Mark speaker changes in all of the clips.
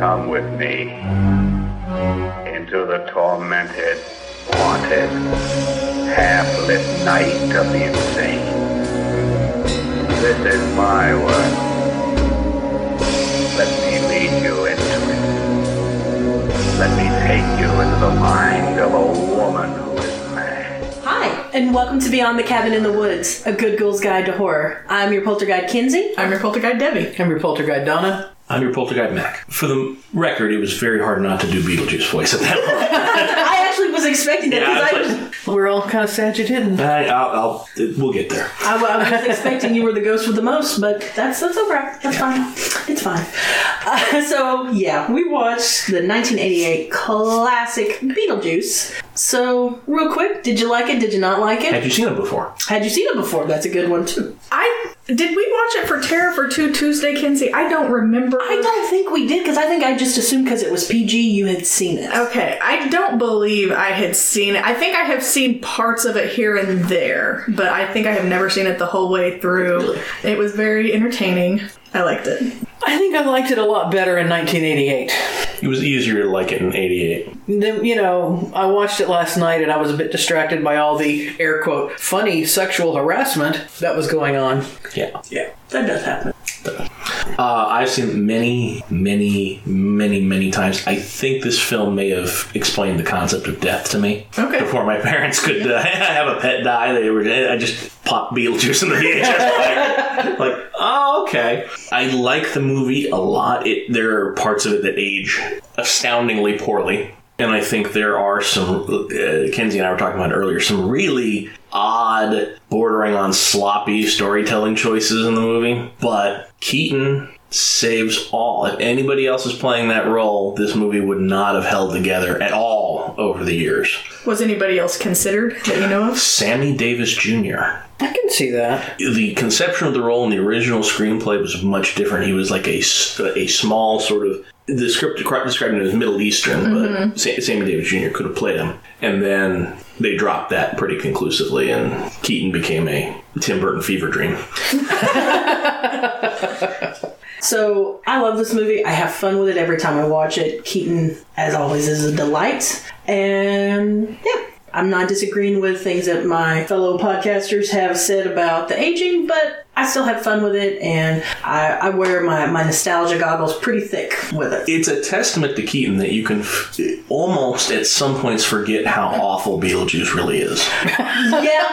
Speaker 1: come with me into the tormented, haunted, half-lit night of the insane. This is my world. Let me lead you into it. Let me take you into the mind of a woman who is mad.
Speaker 2: Hi, and welcome to Beyond the Cabin in the Woods, a good ghoul's guide to horror. I'm your poltergeist, Kinsey.
Speaker 3: I'm your poltergeist Debbie.
Speaker 4: I'm your poltergeist Donna.
Speaker 5: I'm your poltergeist Mac. For the record, it was very hard not to do Beetlejuice voice at that moment.
Speaker 2: I actually was expecting that
Speaker 5: Yeah, I
Speaker 2: because
Speaker 5: was
Speaker 2: I,
Speaker 5: like,
Speaker 4: We're all kind of sad you didn't.
Speaker 5: I, I'll, I'll, it- we'll get there.
Speaker 2: I, I was expecting you were the ghost with the most, but that's that's alright. That's fine. It's fine. Uh, so yeah, we watched the 1988 classic Beetlejuice. So real quick, did you like it? Did you not like it?
Speaker 5: Had you seen it before?
Speaker 2: Had you seen it before? That's a good one too.
Speaker 3: I did we watch it for Terror for Two Tuesday, Kinsey? I don't remember.
Speaker 2: I don't think we did because I think I just assumed because it was PG you had seen
Speaker 5: Oh,
Speaker 2: it.
Speaker 3: Okay, I don't believe I had seen it. I think I have seen parts of it here and there, but I think I have never seen it the whole way through. It was very entertaining. I liked it.
Speaker 4: I think I liked it a lot better in 1988.
Speaker 5: It was easier to like it in '88.
Speaker 4: Then, you know, I watched it last night and I was a bit distracted by all the air quote funny sexual harassment that was going on.
Speaker 5: Yeah.
Speaker 4: Yeah.
Speaker 2: That does happen.
Speaker 5: Uh, I've seen it many, many, many, many times. I think this film may have explained the concept of death to me.
Speaker 3: Okay.
Speaker 5: Before my parents could uh, have a pet die, they were. I just popped Beetlejuice in the VHS player. like, oh, okay. I like the movie a lot. It there are parts of it that age astoundingly poorly. And I think there are some, uh, Kenzie and I were talking about it earlier, some really odd, bordering on sloppy storytelling choices in the movie. But Keaton saves all. If anybody else is playing that role, this movie would not have held together at all over the years.
Speaker 3: Was anybody else considered that you know of?
Speaker 5: Sammy Davis Jr.
Speaker 4: I can see that.
Speaker 5: The conception of the role in the original screenplay was much different. He was like a, s- a small sort of the script described him as Middle Eastern, but Sa- Sammy Davis Jr. could have played him. And then they dropped that pretty conclusively, and Keaton became a Tim Burton fever dream.
Speaker 2: So I love this movie. I have fun with it every time I watch it. Keaton, as always, is a delight. And yeah, I'm not disagreeing with things that my fellow podcasters have said about the aging, but I still have fun with it and I, I wear my, my nostalgia goggles pretty thick with it.
Speaker 5: it's a testament to Keaton that you can f- almost at some points forget how awful Beetlejuice really is.
Speaker 2: Yeah.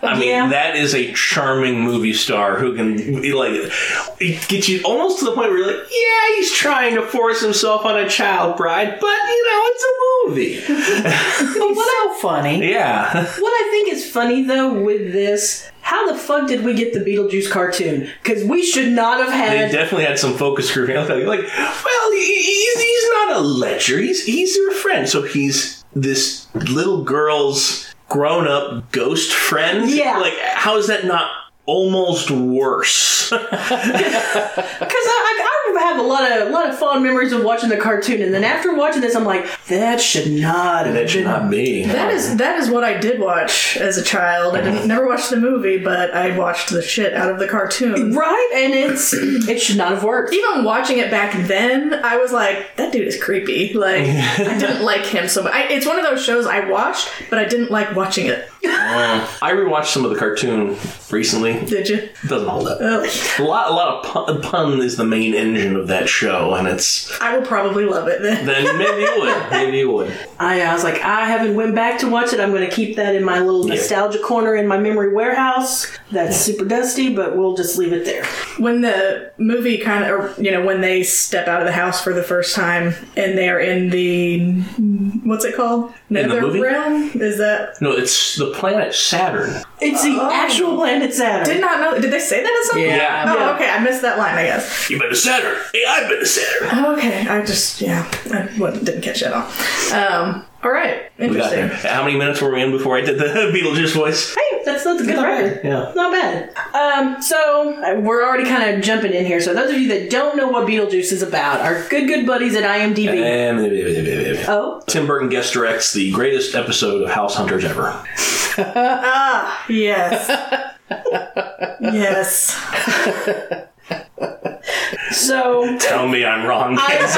Speaker 5: I mean,
Speaker 2: Yeah.
Speaker 5: that is a charming movie star who can like it gets you almost to the point where you're like, yeah, he's trying to force himself on a child bride, but you know, it's a movie.
Speaker 4: But so funny.
Speaker 5: Yeah,
Speaker 2: What I think is funny though with this, how the fuck did we get the Beetlejuice cartoon? Because we should not have
Speaker 5: they
Speaker 2: had
Speaker 5: definitely had some focus grouping. I was Like, like, well, he- he's he's not a lecher. He's he's your friend, so he's this little girl's grown up ghost friend.
Speaker 2: Yeah.
Speaker 5: like how is that not? Almost worse.
Speaker 2: Because I, I, I have a lot of lot of fond memories of watching the cartoon, and then after watching this, I'm like, that should not have
Speaker 5: that
Speaker 2: been.
Speaker 5: should not be.
Speaker 3: That is that is what I did watch as a child. I didn't, never watched the movie, but I watched the shit out of the cartoon.
Speaker 2: Right, and it's it should not have worked.
Speaker 3: even watching it back then, I was like, that dude is creepy. Like, I didn't like him so much. I, it's one of those shows I watched, but I didn't like watching it.
Speaker 5: I rewatched some of the cartoon recently. It
Speaker 3: Did you?
Speaker 5: doesn't hold up.
Speaker 3: Oh,
Speaker 5: A lot, a lot of pun, pun is the main engine of that show, and it's
Speaker 3: I will probably love it then.
Speaker 5: then maybe you would, maybe you would.
Speaker 2: I, I was like, I haven't went back to watch it. I'm going to keep that in my little nostalgia corner in my memory warehouse. That's super dusty, but we'll just leave it there.
Speaker 3: When the movie kind of, or, you know, when they step out of the house for the first time and they are in the, what's it called?
Speaker 5: the
Speaker 3: Nether
Speaker 5: movie?
Speaker 3: realm? Is that?
Speaker 5: No, it's the planet Saturn.
Speaker 2: It's the actual planet Saturn.
Speaker 3: Did not know. Did they say that at some point?
Speaker 4: Yeah.
Speaker 3: Oh,
Speaker 2: Yeah.
Speaker 3: okay. I missed that line. I guess. Oh,
Speaker 5: You've been to Saturn. Hey, I've been to Saturn.
Speaker 3: Okay. I just yeah. I wasn't- didn't catch that all. Um. All right. Interesting.
Speaker 5: We got there. How many minutes were we in before I did the Beetlejuice voice?
Speaker 2: Hey, that's that's a good record.
Speaker 5: yeah.
Speaker 2: Not bad. Um, so uh, we're already kind of jumping in here. So those of you that don't know what Beetlejuice is about, our good good buddies at IMDb.
Speaker 5: Uh, Eh, And-
Speaker 2: oh,
Speaker 5: Tim Burton guest directs the greatest episode of House Hunters ever.
Speaker 3: Yes. yes.
Speaker 2: So
Speaker 5: Tell me I'm wrong. kids.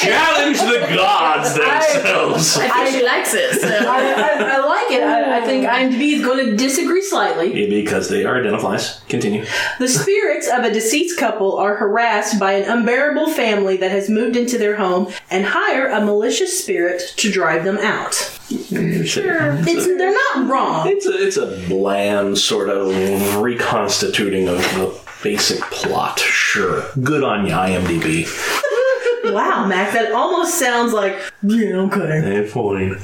Speaker 5: Challenge the gods themselves.
Speaker 3: I think she likes it. So.
Speaker 2: I, I, I like it. I, I think IMDb is going to disagree slightly.
Speaker 5: because they are identifies. Continue.
Speaker 2: The spirits of a deceased couple are harassed by an unbearable family that has moved into their home and hire a malicious spirit to drive them out.
Speaker 5: Sure.
Speaker 2: It's, they're not wrong.
Speaker 5: It's a, it's a bland sort of reconstituting of the basic plot. Sure. Good on you, IMDb.
Speaker 2: Wow, Mac, that almost sounds like yeah, okay.
Speaker 5: Eh, fine.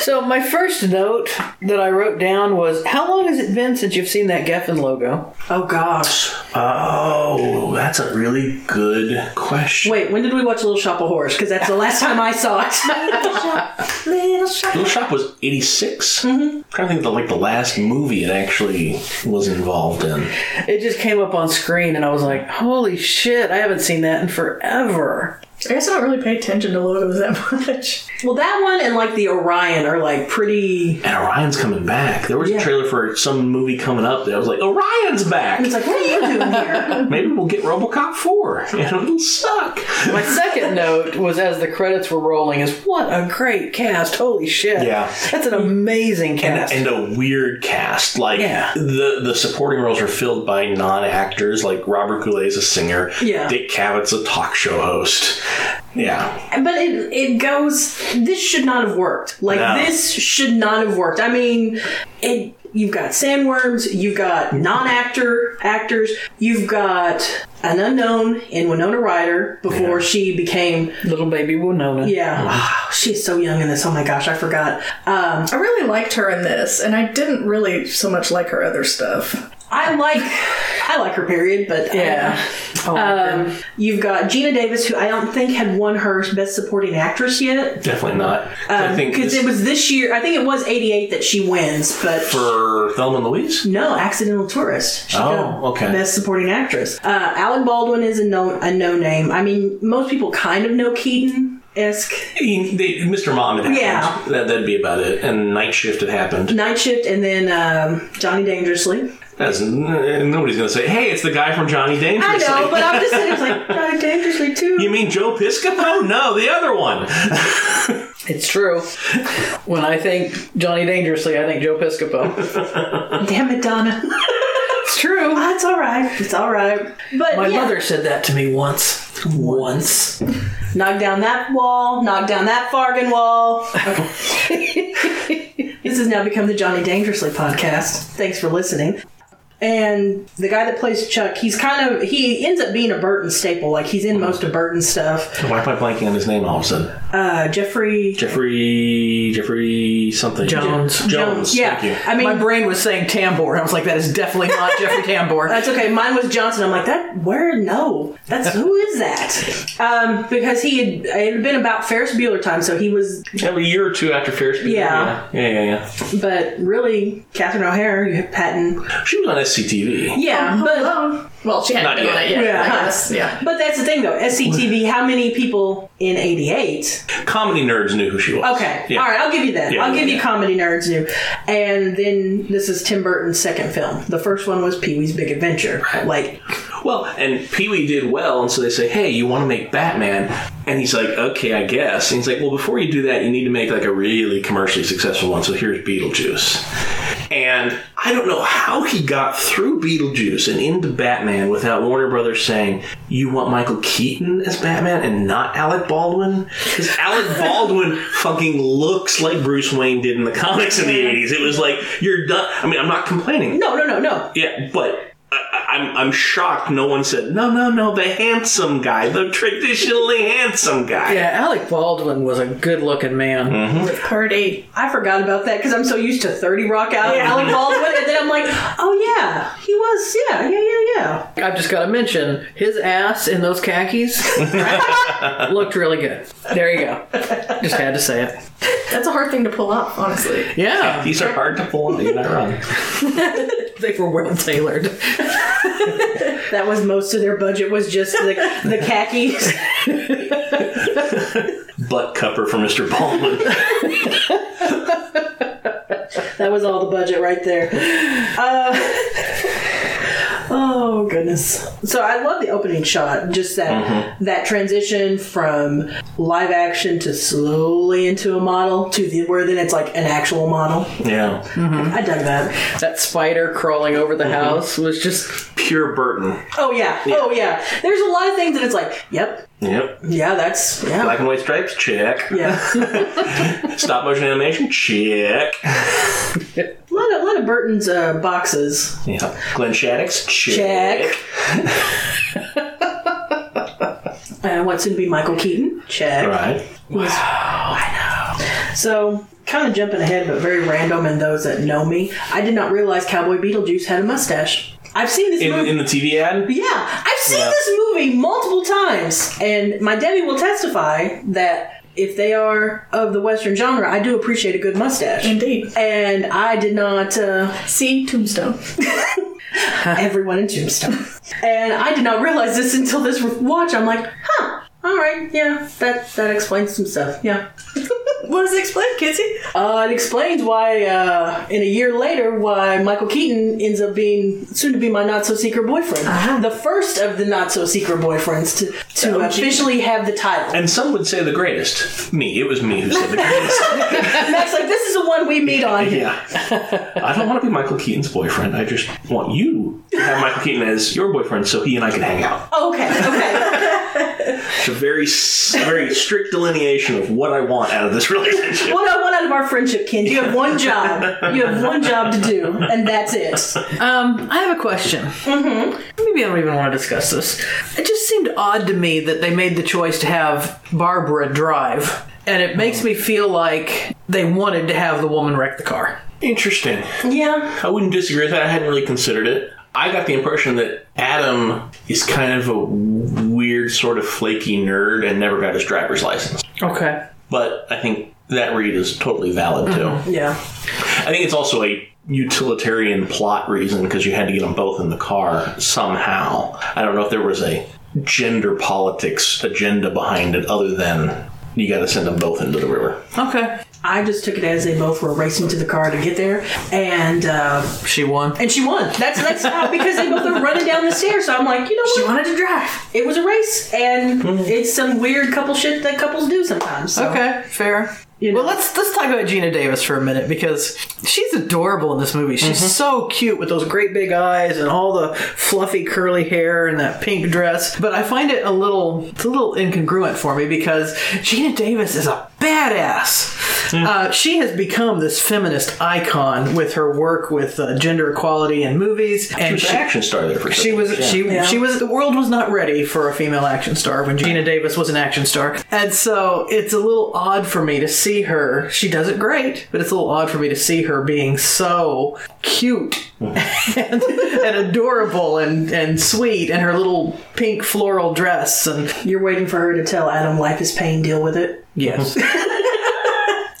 Speaker 4: So my first note that I wrote down was, "How long has it been since you've seen that Geffen logo?"
Speaker 2: Oh gosh.
Speaker 5: Oh, that's a really good question.
Speaker 2: Wait, when did we watch Little Shop of Horrors? Because that's the last time I saw it. Little Shop.
Speaker 5: Little Shop was 86. Mm-hmm. I'm trying to think of the, like the last movie it actually was involved in.
Speaker 4: It just came up on screen, and I was like, "Holy shit! I haven't seen that in forever."
Speaker 3: I guess I don't really pay attention to logos that much.
Speaker 2: Well, that one and like the Orion are like pretty.
Speaker 5: And Orion's coming back. There was a trailer for some movie coming up that I was like, Orion's back!
Speaker 2: It's like, what are you doing here?
Speaker 5: Maybe we'll get RoboCop 4 and it'll suck.
Speaker 4: My second note was as the credits were rolling, "Is what a great cast! Holy shit!
Speaker 5: Yeah.
Speaker 4: that's an amazing cast."
Speaker 5: and a weird cast. Like
Speaker 4: Yeah.
Speaker 5: the the supporting roles are filled by non actors. Like Robert Goulet is a singer.
Speaker 2: Yeah.
Speaker 5: Dick Cavett's a talk show host. Yeah,
Speaker 2: But it it goes. This should not have worked. Like
Speaker 5: No.
Speaker 2: this should not have worked. I mean, it. You've got sandworms. You've got non-actor actors. You've got an unknown in Winona Ryder before she became.
Speaker 4: Little baby Winona.
Speaker 5: Mm-hmm.
Speaker 2: Yeah, wow, she is so young in this. Oh my gosh, I forgot. Um,
Speaker 3: I really liked her in this, and I didn't really so much like her other stuff.
Speaker 2: I like I like her period, but I-
Speaker 4: yeah. Oh, my
Speaker 2: Um, you've got Gina Davis, who I don't think had won her Best Supporting Actress yet.
Speaker 5: definitely not. I think
Speaker 2: because
Speaker 5: this-
Speaker 2: Um, it was this year. I think it was '88 that she wins, but
Speaker 5: for Thelma and Louise.
Speaker 2: no, Accidental Tourist. She
Speaker 5: Oh,
Speaker 2: got
Speaker 5: okay.
Speaker 2: Best Supporting Actress. Uh, Alec Baldwin is a no a no name. I mean, most people kind of know Keaton esque.
Speaker 5: He- they- Mr. Mom had happened.
Speaker 2: Yeah.
Speaker 5: That, that'd be about it. And Night Shift had happened.
Speaker 2: Night Shift, and then um, Johnny Dangerously.
Speaker 5: That's, n- nobody's going to say, hey, it's the guy from Johnny
Speaker 2: I
Speaker 5: Dangerously.
Speaker 2: know, but I'm just sitting there like Johnny Dangerously too.
Speaker 5: You mean Joe Piscopo? No, the other one.
Speaker 4: It's true. When I think Johnny Dangerously, I think Joe Piscopo.
Speaker 2: Damn it, Donna.
Speaker 4: It's true.
Speaker 2: That's all right. It's all right. But
Speaker 4: My
Speaker 2: yeah.
Speaker 4: mother said that to me once. Once.
Speaker 2: Knock down that wall, knock down that Fargan wall. this has now become the Johnny Dangerously podcast. Thanks for listening. And the guy that plays Chuck, he's kind of, he ends up being a Burton staple. Like, he's in most of Burton stuff.
Speaker 5: Why am I blanking on his name all of a sudden?
Speaker 2: Uh, Jeffrey
Speaker 5: Jeffrey. Jeffrey something.
Speaker 4: Jones.
Speaker 5: Jones.
Speaker 2: Yeah.
Speaker 5: Thank you.
Speaker 2: I mean,
Speaker 4: My brain was saying Tambor. I was like, that is definitely not Jeffrey Tambor.
Speaker 2: That's okay. Mine was Johnson. I'm like that. Where? No. That's who is that? Um, because he had it had been about Ferris Bueller time, so he was.
Speaker 5: Every year or two after Ferris Bueller.
Speaker 2: Yeah.
Speaker 5: Yeah, yeah, yeah.
Speaker 2: But really, Catherine O'Hara, you have Patton. Oh,
Speaker 5: yeah. She was on SCTV.
Speaker 2: Yeah, but
Speaker 3: Hello. Well, she hadn't
Speaker 5: Not
Speaker 3: been on
Speaker 5: yet.
Speaker 3: it yet.
Speaker 2: Yeah.
Speaker 3: I guess. Yeah.
Speaker 2: but that's the thing though. SCTV. How many people in '88?
Speaker 5: Comedy nerds knew who she was.
Speaker 2: Okay.
Speaker 5: Yeah.
Speaker 2: All right. I'll give you that.
Speaker 5: Yeah,
Speaker 2: I'll give
Speaker 5: yeah.
Speaker 2: you comedy nerds new. And then this is Tim Burton's second film. The first one was Pee Wee's Big Adventure. Like
Speaker 5: Well, and Pee Wee did well, and so they say, "Hey, you want to make Batman?" And he's like, "Okay, I guess." And he's like, "Well, before you do that, you need to make like a really commercially successful one." So here's Beetlejuice, and I don't know how he got through Beetlejuice and into Batman without Warner Brothers saying, "You want Michael Keaton as Batman and not Alec Baldwin?" Because Alec Baldwin fucking looks like Bruce Wayne did in the comics in the '80s. It was like you're done. I mean, I'm not complaining.
Speaker 2: no, no, no, no.
Speaker 5: Yeah, but I, I- I'm I'm shocked. No one said no, no, no. The handsome guy, the traditionally handsome guy.
Speaker 4: Yeah, Alec Baldwin was a good looking man.
Speaker 5: Hmm.
Speaker 3: With part eight.
Speaker 2: I forgot about that because I'm so used to 30 Rock out Alec Baldwin, and then I'm like, oh yeah, he was, yeah, yeah, yeah, yeah.
Speaker 4: I've just got to mention his ass in those khakis looked really good. There you go. Just had to say it.
Speaker 3: That's a hard thing to pull off, honestly.
Speaker 4: Yeah,
Speaker 5: These are hard to pull. You're not wrong.
Speaker 4: they were well tailored.
Speaker 2: That was most of their budget was just the, the khakis.
Speaker 5: Butt cupper for Mr. Baldwin.
Speaker 2: That was all the budget right there. Uh, Oh goodness! So I love the opening shot, just that that transition from live action to slowly into a model to the where then it's like an actual model.
Speaker 5: Yeah.
Speaker 2: I dug that.
Speaker 4: That spider crawling over the house was just
Speaker 5: Pure Burton.
Speaker 2: Oh yeah. oh yeah. There's a lot of things that it's like, yep,
Speaker 5: Yep.
Speaker 2: yeah, that's yeah,
Speaker 5: Black and white stripes? Check.
Speaker 2: yeah.
Speaker 5: Stop motion animation? Check.
Speaker 2: a lot of a lot of Burton's uh, boxes.
Speaker 5: Yeah. Glenn Shaddix? Check.
Speaker 2: Check. Uh, what soon to be Michael Keaton? Check.
Speaker 5: All right.
Speaker 2: So, kind of jumping ahead, but very random. And those that know me, I did not realize Cowboy Beetlejuice had a mustache. I've seen this
Speaker 5: In,
Speaker 2: movie.
Speaker 5: in the TV ad?
Speaker 2: yeah, I've seen
Speaker 5: Yeah.
Speaker 2: this movie multiple times, and my Debbie will testify that if they are of the Western genre, I do appreciate a good mustache.
Speaker 3: Indeed.
Speaker 2: And I did not. Uh,
Speaker 3: See Tombstone.
Speaker 2: everyone in Tombstone. and I did not realize this until this watch. I'm like, huh. All right, yeah, that that explains some stuff. Yeah,
Speaker 3: What does it explain, Kizzy?
Speaker 2: uh, it explains why uh, in a year later why Michael Keaton ends up being soon to be my not so secret boyfriend, the first of the not so secret boyfriends to to
Speaker 5: OG.
Speaker 2: officially have the title.
Speaker 5: And some would say the greatest. Me. It was me who said the greatest.
Speaker 2: And Max like this is the one we meet on.
Speaker 5: yeah. I don't want to be Michael Keaton's boyfriend. I just want you to have Michael Keaton as your boyfriend so he and I can hang out.
Speaker 2: Okay, okay,
Speaker 5: It's a very, s- a very strict delineation of what I want out of this relationship.
Speaker 2: what I want out of our friendship, Ken? You have one job. You have one job to do, and that's it.
Speaker 4: Um, I have a question. Mm-hmm. Maybe I don't even want to discuss this. It just seemed odd to me that they made the choice to have Barbara drive, and it makes me feel like they wanted to have the woman wreck the car.
Speaker 5: Interesting.
Speaker 2: Yeah,
Speaker 5: I wouldn't disagree with that. I hadn't really considered it. I got the impression that Adam is kind of a weird sort of flaky nerd and never got his driver's license.
Speaker 4: Okay.
Speaker 5: But I think that read is totally valid too.
Speaker 2: yeah.
Speaker 5: I think it's also a utilitarian plot reason because you had to get them both in the car somehow. I don't know if there was a gender politics agenda behind it other than you got to send them both into the river.
Speaker 4: Okay.
Speaker 2: I just took it as they both were racing to the car to get there, and uh,
Speaker 4: She won.
Speaker 2: and she won. That's that's not because they both are running down the stairs. So I'm like, you know
Speaker 3: She
Speaker 2: what?
Speaker 3: wanted to drive.
Speaker 2: It was a race, and it's some weird couple shit that couples do sometimes. so.
Speaker 4: Okay, fair.
Speaker 2: You know.
Speaker 4: Well, let's let's talk about Gina Davis for a minute because she's adorable in this movie. She's
Speaker 2: Mm-hmm.
Speaker 4: so cute with those great big eyes and all the fluffy curly hair and that pink dress. But I find it a little it's a little incongruent for me because Gina Davis is a badass.
Speaker 2: Mm.
Speaker 4: Uh, she has become this feminist icon with her work with uh, gender equality in movies,
Speaker 5: She
Speaker 4: and
Speaker 5: was an
Speaker 4: she,
Speaker 5: action star there for
Speaker 4: she
Speaker 5: sure.
Speaker 4: was
Speaker 5: Yeah.
Speaker 4: she she was the world was not ready for a female action star when Gina Davis was an action star. And so it's a little odd for me to see her. She does it great, but it's a little odd for me to see her being so cute and, and adorable and, and sweet and her little pink floral dress and
Speaker 2: You're waiting for her to tell Adam life is pain, deal with it.
Speaker 4: yes.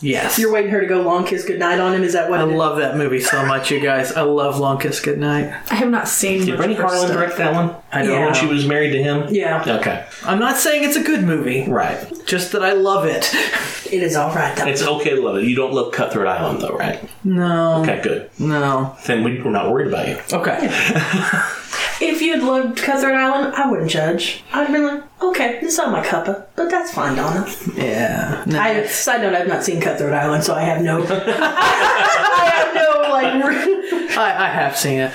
Speaker 4: yes.
Speaker 2: You're waiting her to go long kiss goodnight on him. Is that what?
Speaker 4: I
Speaker 2: it is?
Speaker 4: love that movie so much, you guys. I love Long Kiss Goodnight.
Speaker 3: I have not seen
Speaker 5: Did Rennie Harlan direct that one?
Speaker 4: I don't
Speaker 2: Yeah.
Speaker 5: When
Speaker 4: know.
Speaker 5: she was married to him?
Speaker 2: Yeah,
Speaker 5: Okay.
Speaker 4: I'm not saying it's a good movie,
Speaker 5: Right.
Speaker 4: just that I love it.
Speaker 2: it is all right though.
Speaker 5: It's okay to love it. You don't love Cutthroat Island, though, right?
Speaker 4: No.
Speaker 5: Okay, good.
Speaker 4: No.
Speaker 5: Then we, we're not worried about you.
Speaker 4: Okay.
Speaker 2: If you'd loved Cuthbert Island, I wouldn't judge. I'd been like, okay, this is not my cuppa, but that's fine, Donna.
Speaker 4: Yeah. No.
Speaker 2: I side note, I've not seen Cutthroat Island, so I have no. I have no like. re-
Speaker 4: I, I have seen it.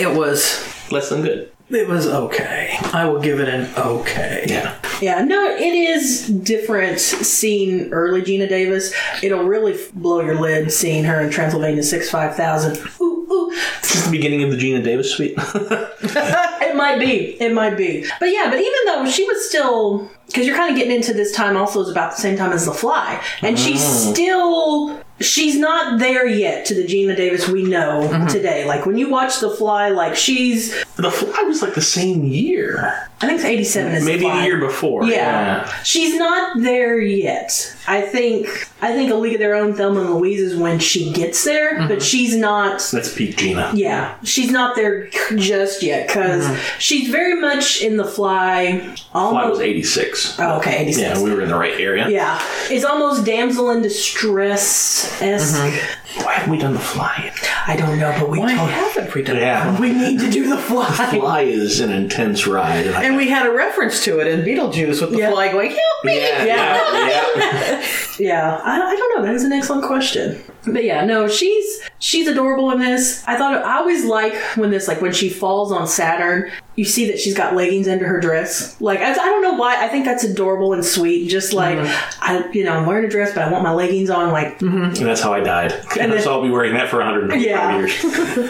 Speaker 4: It was
Speaker 5: Less than good.
Speaker 4: it was okay. I will give it an okay.
Speaker 5: Yeah.
Speaker 2: Yeah, no, it is different seeing early Gina Davis. It'll really f- blow your lid seeing her in Transylvania Six Five Thousand. Ooh, ooh.
Speaker 5: This is the beginning of the Gina Davis suite.
Speaker 2: It might be. It might be. But yeah, but even though she was still, because you're kind of getting into this time also is about the same time as The Fly, and she's still. She's not there yet to the Gina Davis we know today. Like when you watch The Fly, like she's
Speaker 5: the Fly was like the same year.
Speaker 2: I think it's 87 is
Speaker 5: Maybe
Speaker 2: the
Speaker 5: the
Speaker 2: fly.
Speaker 5: year before.
Speaker 2: Yeah. She's not there yet. I think I think A League of Their Own Thelma and Louise is when she gets there, but she's not
Speaker 5: That's peak Gina.
Speaker 2: yeah, she's not there just yet because she's very much in the fly.
Speaker 5: Fly was
Speaker 2: Almost
Speaker 5: 86.
Speaker 2: oh, okay, 86.
Speaker 5: Yeah, we were in the right area.
Speaker 2: Yeah, is almost damsel in distress Flies esque.
Speaker 5: Why haven't we done the fly?
Speaker 2: I don't know, but we
Speaker 4: Why
Speaker 2: don't.
Speaker 4: haven't we done
Speaker 5: Yeah.
Speaker 2: We need to do the fly.
Speaker 5: Fly is an intense ride. and I-
Speaker 4: And we had a reference to it in Beetlejuice with the
Speaker 2: Yeah.
Speaker 4: fly going, help me!
Speaker 5: yeah, yeah, yeah.
Speaker 2: Yeah, I, I don't know. That is an excellent question. But yeah, no, she's she's adorable in this. I thought I always like when this like when she falls on Saturn, you see that she's got leggings under her dress. Like I, I don't know why. I think that's adorable and sweet. Just like I, you know, I'm wearing a dress, but I want my leggings on. Like
Speaker 5: And that's how I died. And,
Speaker 2: then-
Speaker 5: so I'll be wearing that for 125
Speaker 2: Yeah.
Speaker 5: years.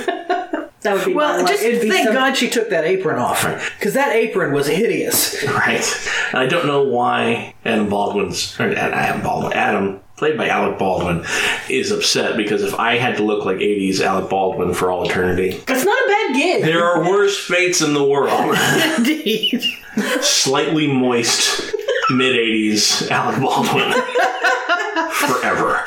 Speaker 2: that would be my
Speaker 4: Well,
Speaker 2: life.
Speaker 4: just uh,
Speaker 2: It'd be
Speaker 4: thank
Speaker 2: some-
Speaker 4: God she took that apron off.
Speaker 5: Right.
Speaker 4: Because that apron was hideous.
Speaker 5: Right. And I don't know why Adam Baldwin's, or Adam Baldwin, Adam, played by Alec Baldwin, is upset because if I had to look like 80s Alec Baldwin for all eternity,
Speaker 2: It's not a bad gig.
Speaker 5: there are worse fates in the world.
Speaker 4: Indeed.
Speaker 5: Slightly moist, mid 80s Alec Baldwin. Forever.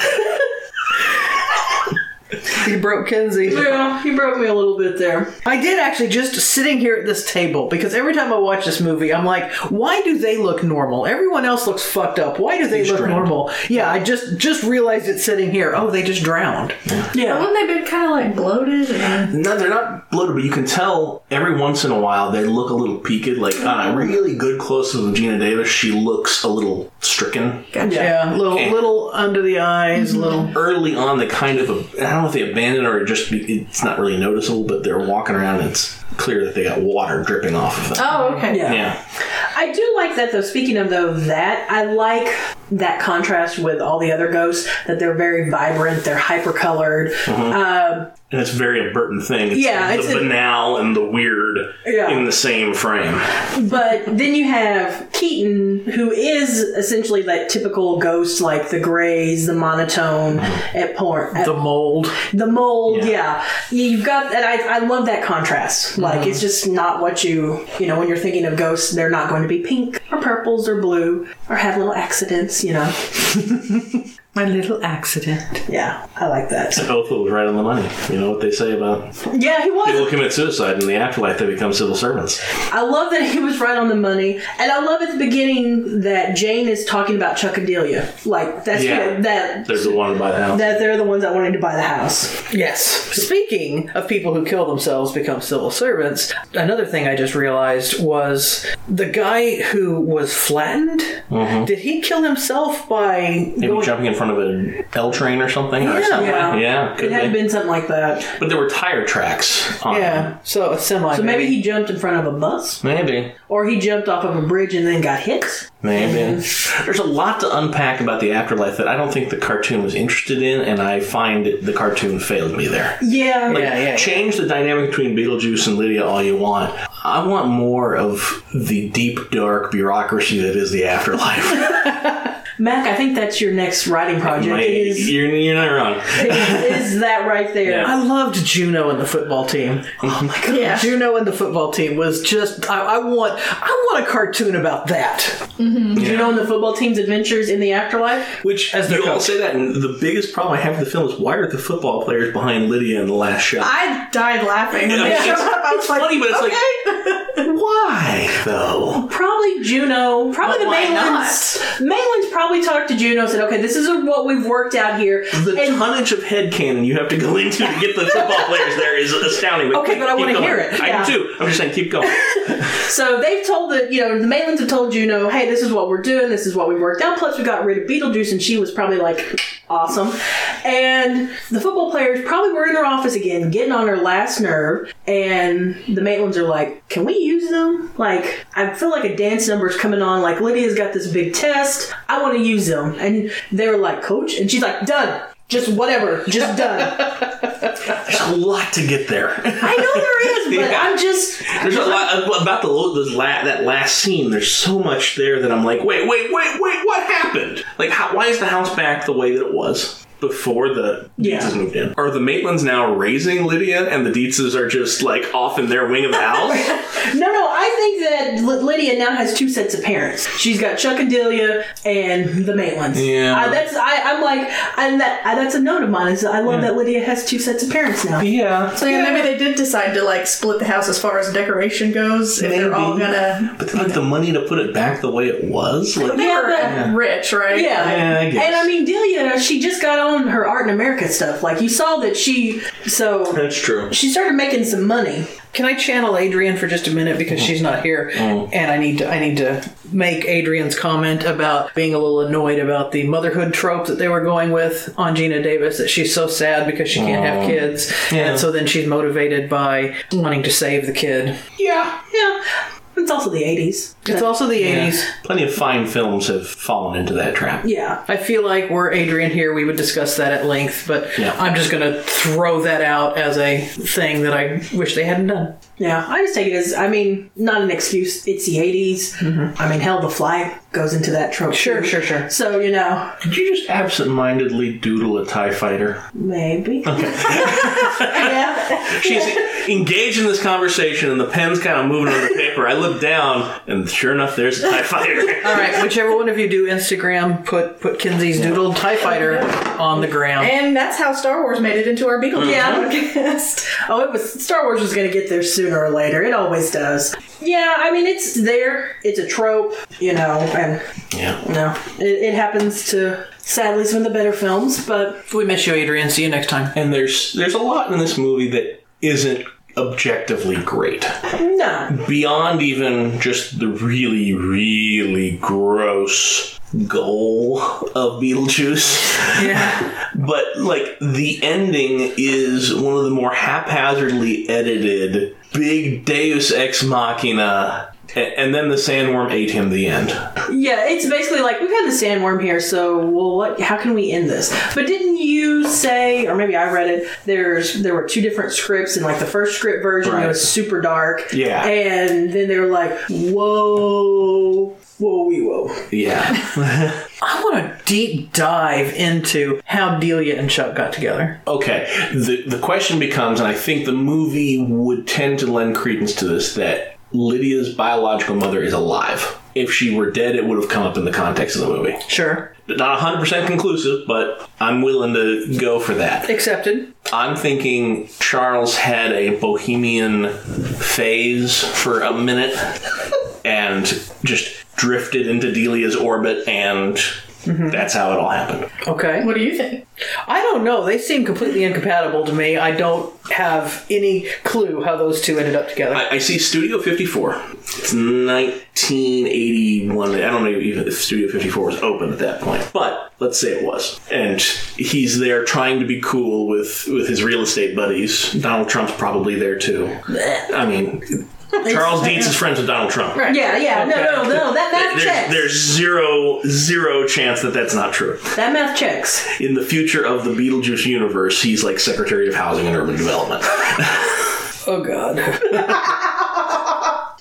Speaker 4: He broke Kinsey.
Speaker 2: yeah, you broke me a little bit there.
Speaker 4: I did actually just sitting here at this table because every time I watch this movie, I'm like, why do they look normal? Everyone else looks fucked up. Why do they look
Speaker 5: drowned.
Speaker 4: normal? Yeah, I just just realized it sitting here. Oh, they just drowned.
Speaker 2: Yeah.
Speaker 3: Haven't they been kind of like bloated? And...
Speaker 5: No, they're not bloated, but you can tell every once in a while they look a little peaked. Like on a really good close up of Gina Davis, she looks a little stricken.
Speaker 3: Gotcha.
Speaker 4: Yeah, Mm-hmm. little
Speaker 5: And-
Speaker 4: little under the eyes, little.
Speaker 5: Early on, they kind of I don't know if they abandoned or just it's not really noticeable, but they're walking around. and It's clear that they got water dripping off of them.
Speaker 3: Oh, okay.
Speaker 2: Yeah.
Speaker 5: Yeah,
Speaker 2: I do like that though. Speaking of though that, I like that contrast with all the other ghosts. That they're very vibrant. They're hyper colored.
Speaker 5: and it's very a Burton thing. It's
Speaker 2: Yeah,
Speaker 5: the
Speaker 2: it's a-
Speaker 5: banal and the weird
Speaker 2: Yeah.
Speaker 5: in the same frame.
Speaker 2: But then you have Keaton, who is essentially that typical ghost, like the grays, the monotone at porn, at
Speaker 4: The mold.
Speaker 2: Mm-hmm. the mold.
Speaker 5: Yeah.
Speaker 2: Yeah. Mm-hmm. yeah, you've got that. I, I love that contrast. Like it's just not what you you know when you're thinking of ghosts. They're not going to be pink or purples or blue or have little accidents. You know.
Speaker 4: My little accident.
Speaker 2: Yeah, I like that.
Speaker 5: Othel was right on the money. You know what they say about
Speaker 2: Yeah, he was.
Speaker 5: people commit suicide in the afterlife; they become civil servants.
Speaker 2: I love that he was right on the money, and I love at the beginning that Jane is talking about Chuckadelia. Like that's
Speaker 5: Yeah.
Speaker 2: what- that
Speaker 5: There's the one by the house.
Speaker 2: that they're the ones that wanted to buy the house.
Speaker 4: Yes. Speaking of people who kill themselves become civil servants, another thing I just realized was the guy who was flattened. Did he kill himself by
Speaker 5: Maybe
Speaker 4: going-
Speaker 5: jumping in front of an L train or something. or
Speaker 4: Yeah.
Speaker 5: something.
Speaker 2: Yeah.
Speaker 5: yeah,
Speaker 2: It
Speaker 5: could
Speaker 2: had
Speaker 5: be.
Speaker 2: been something like that.
Speaker 5: But there were tire tracks. On
Speaker 4: Yeah,
Speaker 5: them.
Speaker 4: so a semi.
Speaker 2: So maybe he jumped in front of a bus,
Speaker 5: maybe,
Speaker 2: or he jumped off of a bridge and then got hit.
Speaker 5: maybe. There's a lot to unpack about the afterlife that I don't think the cartoon was interested in, and I find that the cartoon failed me there.
Speaker 2: Yeah,
Speaker 4: Yeah, yeah.
Speaker 5: Change the dynamic between Beetlejuice and Lydia all you want. I want more of the deep, dark bureaucracy that is the afterlife.
Speaker 2: Mac, I think that's your next writing project.
Speaker 5: Like,
Speaker 2: Is
Speaker 5: you're, you're not wrong.
Speaker 2: is that right there?
Speaker 5: Yeah.
Speaker 4: I loved Juno and the football team. Oh my god,
Speaker 3: Yeah.
Speaker 4: Juno and the football team was just. I, I want. I want a cartoon about that.
Speaker 2: You know, in the football team's adventures in the afterlife.
Speaker 5: Which, as
Speaker 4: their
Speaker 5: you all
Speaker 4: coach.
Speaker 5: say that, and the biggest problem I have with the film is why are the football players behind Lydia in the last shot?
Speaker 3: I died laughing. when
Speaker 5: Yeah,
Speaker 3: they
Speaker 5: it's-
Speaker 3: showed up. I was
Speaker 5: it's
Speaker 3: like,
Speaker 5: funny, but it's like-
Speaker 3: okay.
Speaker 5: Why though?
Speaker 2: Probably Juno. Probably
Speaker 3: But
Speaker 2: the
Speaker 3: why
Speaker 2: Mainlands. Mainlands probably talked to Juno and said, okay, this is what we've worked out here.
Speaker 5: The
Speaker 2: And-
Speaker 5: tonnage of head cannon you have to go into to get the football players there is astounding.
Speaker 2: Okay,
Speaker 5: keep-
Speaker 2: but I
Speaker 5: keep
Speaker 2: wanna
Speaker 5: going.
Speaker 2: hear it.
Speaker 5: I
Speaker 2: Yeah.
Speaker 5: do too. I'm just saying, keep going.
Speaker 2: so they've told the, you know, the Mainlands have told Juno, hey, this is what we're doing. This is what we worked out. Plus, we got rid of Beetlejuice, and she was probably like, awesome. And the football players probably were in her office again, getting on her last nerve. And the Maitlands are like, can we use them? Like, I feel like a dance number's coming on. Like, Lydia's got this big test. I want to use them. And they were like, coach? And she's like, done. Just whatever. Just done.
Speaker 5: There's a lot to get there.
Speaker 2: I know there is, but
Speaker 5: Yeah.
Speaker 2: I'm just.
Speaker 5: There's a lot about the, lo- the la- that last scene. There's so much there that I'm like, wait, wait, wait, wait. What happened? Like, how, why is the house back the way that it was? Before the
Speaker 2: Yeah.
Speaker 5: Dietzes moved in, are the Maitlands now raising Lydia, and the Dietzes are just like off in their wing of the house?
Speaker 2: No, no, I think that L- Lydia now has two sets of parents. She's got Chuck and Delia and the Maitlands.
Speaker 5: Yeah.
Speaker 2: I, that's I, I'm like, and that I, that's a note of mine is I love that Lydia has two sets of parents now.
Speaker 5: yeah,
Speaker 3: So yeah, maybe they did decide to like split the house as far as decoration goes. If they're all
Speaker 5: Maybe.
Speaker 3: gonna,
Speaker 5: But then, like the money to put it back the way it was, like
Speaker 3: they
Speaker 2: Yeah,
Speaker 3: were
Speaker 2: but-
Speaker 3: rich, right?
Speaker 2: Yeah.
Speaker 5: Yeah, I guess.
Speaker 2: And I mean, Delia, she just got on around her Art in America stuff. Like you saw that she so
Speaker 5: That's true.
Speaker 2: she started making some money.
Speaker 4: Can I channel Adrian for just a minute because she's not here, and I need to I need to make Adrian's comment about being a little annoyed about the motherhood trope that they were going with on Gina Davis that she's so sad because she can't have kids, and so then she's motivated by wanting to save the kid.
Speaker 5: Yeah.
Speaker 2: Yeah. It's also the eighties.
Speaker 4: It's also the eighties.
Speaker 5: Plenty of fine films have fallen into that trap.
Speaker 2: Yeah.
Speaker 4: I feel like were Adrian here, we would discuss that at length, but
Speaker 5: Yeah.
Speaker 4: I'm just going to throw that out as a thing that I wish they hadn't done.
Speaker 2: Yeah. I just take it as I mean, not an excuse. It's the 80s
Speaker 5: Mm-hmm.
Speaker 2: I mean hell the fly goes into that trope.
Speaker 4: Sure,
Speaker 2: too.
Speaker 4: sure, sure.
Speaker 2: So, you know,
Speaker 5: Did you just absentmindedly doodle a TIE fighter?
Speaker 2: maybe. yeah.
Speaker 5: She's engaged in this conversation and the pen's kind of moving on the paper. I look down and sure enough, there's a TIE fighter.
Speaker 4: All right, whichever one of you do Instagram, put put Kinsey's doodled Tie Fighter on the ground.
Speaker 3: And that's how Star Wars made it into our Beagle
Speaker 2: Yeah.
Speaker 3: podcast.
Speaker 2: Oh, it was Star Wars was going to get there sooner or later. It always does. Yeah, I mean it's there. It's a trope, you know, and
Speaker 5: Yeah.
Speaker 2: no, it, it happens to sadly some of the better films, but
Speaker 4: We miss you, Adrian. See you next time.
Speaker 5: And there's there's a lot in this movie that isn't objectively great.
Speaker 2: no,
Speaker 5: Beyond even just the really, really gross goal of Beetlejuice.
Speaker 4: Yeah.
Speaker 5: But like the ending is one of the more haphazardly edited big Deus ex machina, a- and then the sandworm ate him. The end.
Speaker 2: yeah, it's basically like we've had the sandworm here, so well, what? How can we end this? But didn't you say, or maybe I read it? There's there were two different scripts, and like the first script version
Speaker 5: Right.
Speaker 2: it was super dark,
Speaker 5: Yeah.
Speaker 2: and then they were like, whoa, whoa, we whoa.
Speaker 5: Yeah.
Speaker 4: I want to deep dive into how Delia and Chuck got together.
Speaker 5: Okay. The the question becomes, and I think the movie would tend to lend credence to this that Lydia's biological mother is alive. If she were dead, it would have come up in the context of the movie.
Speaker 4: Sure.
Speaker 5: Not 100% conclusive, but I'm willing to go for that.
Speaker 4: Accepted.
Speaker 5: I'm thinking Charles had a bohemian phase for a minute and just drifted into Delia's orbit, and that's how it all happened.
Speaker 4: Okay.
Speaker 3: What do you think?
Speaker 4: I don't know. They seem completely incompatible to me. I don't have any clue how those two ended up together.
Speaker 5: I, I see Studio 54. It's 1981. I don't know even if Studio 54 was open at that point, but let's say it was. And he's there trying to be cool with, with his real estate buddies. Donald Trump's probably there too. I mean, Charles Dietz is friends with Donald Trump. Right.
Speaker 2: Yeah, yeah, no, no, no, that math
Speaker 5: There's,
Speaker 2: checks.
Speaker 5: there's zero zero chance that that's not true.
Speaker 2: That math checks.
Speaker 5: In the future of the Beetlejuice universe, he's like Secretary of Housing and Urban Development.
Speaker 4: oh God.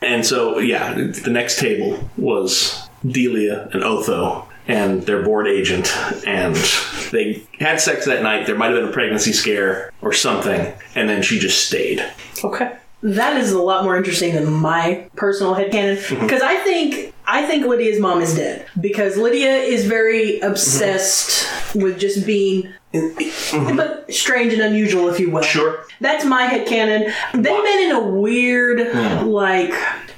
Speaker 5: And so, yeah, the next table was Delia and Otho and their board agent, and they had sex that night. There might have been a pregnancy scare or something, and then she just stayed.
Speaker 4: okay.
Speaker 2: That is a lot more interesting than my personal headcanon because I think I think Lydia's mom is dead because Lydia is very obsessed with just being but strange and unusual if you will.
Speaker 5: Sure.
Speaker 2: That's my headcanon. They met in a weird like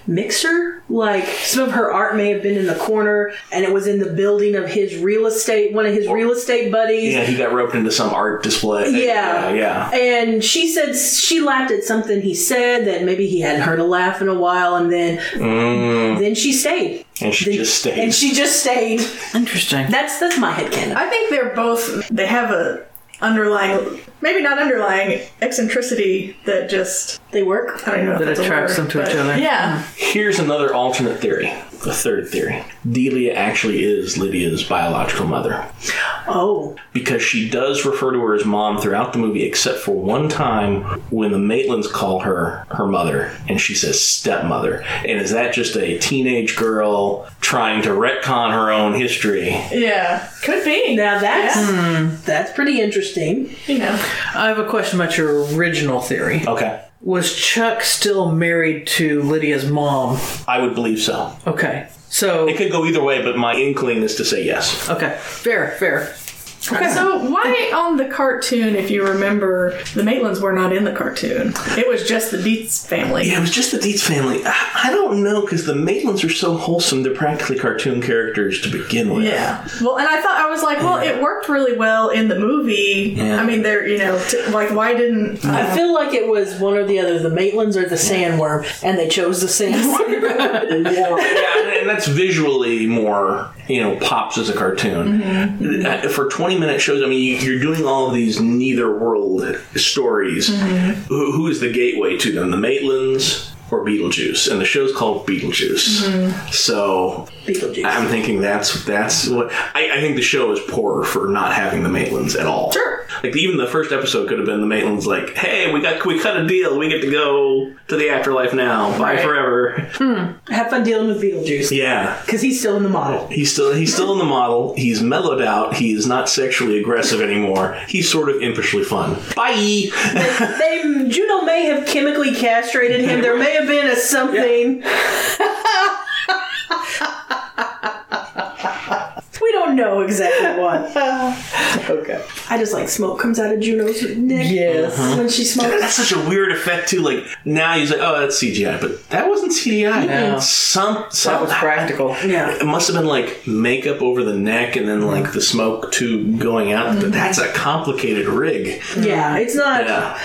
Speaker 2: mixer. Like some of her art may have been in the corner and it was in the building of his real estate one of his real estate buddies.
Speaker 5: Yeah, he got roped into some art display.
Speaker 2: Yeah.
Speaker 5: yeah. yeah.
Speaker 2: And she said she laughed at something he said that maybe he hadn't heard a laugh in a while, and then then she stayed,
Speaker 5: And she just stayed.
Speaker 2: and she just stayed.
Speaker 4: Interesting.
Speaker 2: That's that's my headcanon.
Speaker 3: I think they're both. They have a underlying, maybe not underlying eccentricity that just
Speaker 2: They work.
Speaker 3: I don't know if
Speaker 4: That
Speaker 3: that's a
Speaker 4: attracts
Speaker 3: word,
Speaker 4: them to
Speaker 3: but-
Speaker 4: each other.
Speaker 3: Yeah,
Speaker 5: Here's another alternate theory. The third theory. Delia actually is Lydia's biological mother.
Speaker 2: Oh,
Speaker 5: because she does refer to her as mom throughout the movie, except for one time when the Maitlands call her her mother, and she says stepmother. And is that just a teenage girl trying to retcon her own history?
Speaker 3: yeah, could be.
Speaker 2: now that's
Speaker 3: hmm.
Speaker 2: that's pretty interesting.
Speaker 3: You know,
Speaker 4: I have a question about your original theory.
Speaker 5: Okay,
Speaker 4: Was Chuck still married to Lydia's mom?
Speaker 5: I would believe so.
Speaker 4: Okay. So
Speaker 5: It could go either way, but my inkling is to say yes.
Speaker 4: okay, fair, fair.
Speaker 3: So why on the cartoon, if you remember, the Maitlands were not in the cartoon. It was just the Dietz family.
Speaker 5: Yeah, it was just the Dietz family. I, I don't know because the Maitlands are so wholesome; they're practically cartoon characters to begin with.
Speaker 3: Yeah. Well, and I thought I was like, well, it worked really well in the movie.
Speaker 5: Yeah.
Speaker 3: I mean, they're you know, t- like why didn't
Speaker 2: I feel like it was one or the other, the Maitlands or the sandworm, and they chose the sandworm.
Speaker 5: Or- yeah, and that's visually more, you know, pops as a cartoon.
Speaker 3: Mm-hmm.
Speaker 5: Uh, For 20 minute shows, I mean, you- you're doing all of these neither world stories.
Speaker 3: Mm-hmm.
Speaker 5: Who, who is the gateway to them? The Maitlands or Beetlejuice? And the show's called Beetlejuice.
Speaker 3: Mm-hmm.
Speaker 5: So
Speaker 2: Beetlejuice.
Speaker 5: I'm thinking that's that's what I, I think the show is poorer for not having the Maitlands at all.
Speaker 3: Sure.
Speaker 5: Like even the first episode could have been the Maitlands like, hey, we got we cut a deal, we get to go to the afterlife now, bye
Speaker 3: Right.
Speaker 5: forever.
Speaker 2: Have fun dealing with Beetlejuice
Speaker 5: Yeah,
Speaker 2: because he's still in the model.
Speaker 5: he's still he's still in the model. He's mellowed out. He is not sexually aggressive anymore. He's sort of impishly fun. Bye.
Speaker 2: They Juno may have chemically castrated him. There may have been a something. we don't know exactly what.
Speaker 4: Okay.
Speaker 2: I just like smoke comes out of Juno's neck.
Speaker 4: Yes.
Speaker 2: When she smokes.
Speaker 5: That's such a weird effect too. Like now he's like, oh, that's CGI, but that wasn't CGI.
Speaker 4: No.
Speaker 5: Some, some
Speaker 4: That was practical.
Speaker 2: Yeah.
Speaker 5: It must have been like makeup over the neck and then like the smoke tube going out.
Speaker 4: Mm-hmm.
Speaker 5: But that's a complicated rig.
Speaker 2: Yeah, it's not.
Speaker 5: Yeah.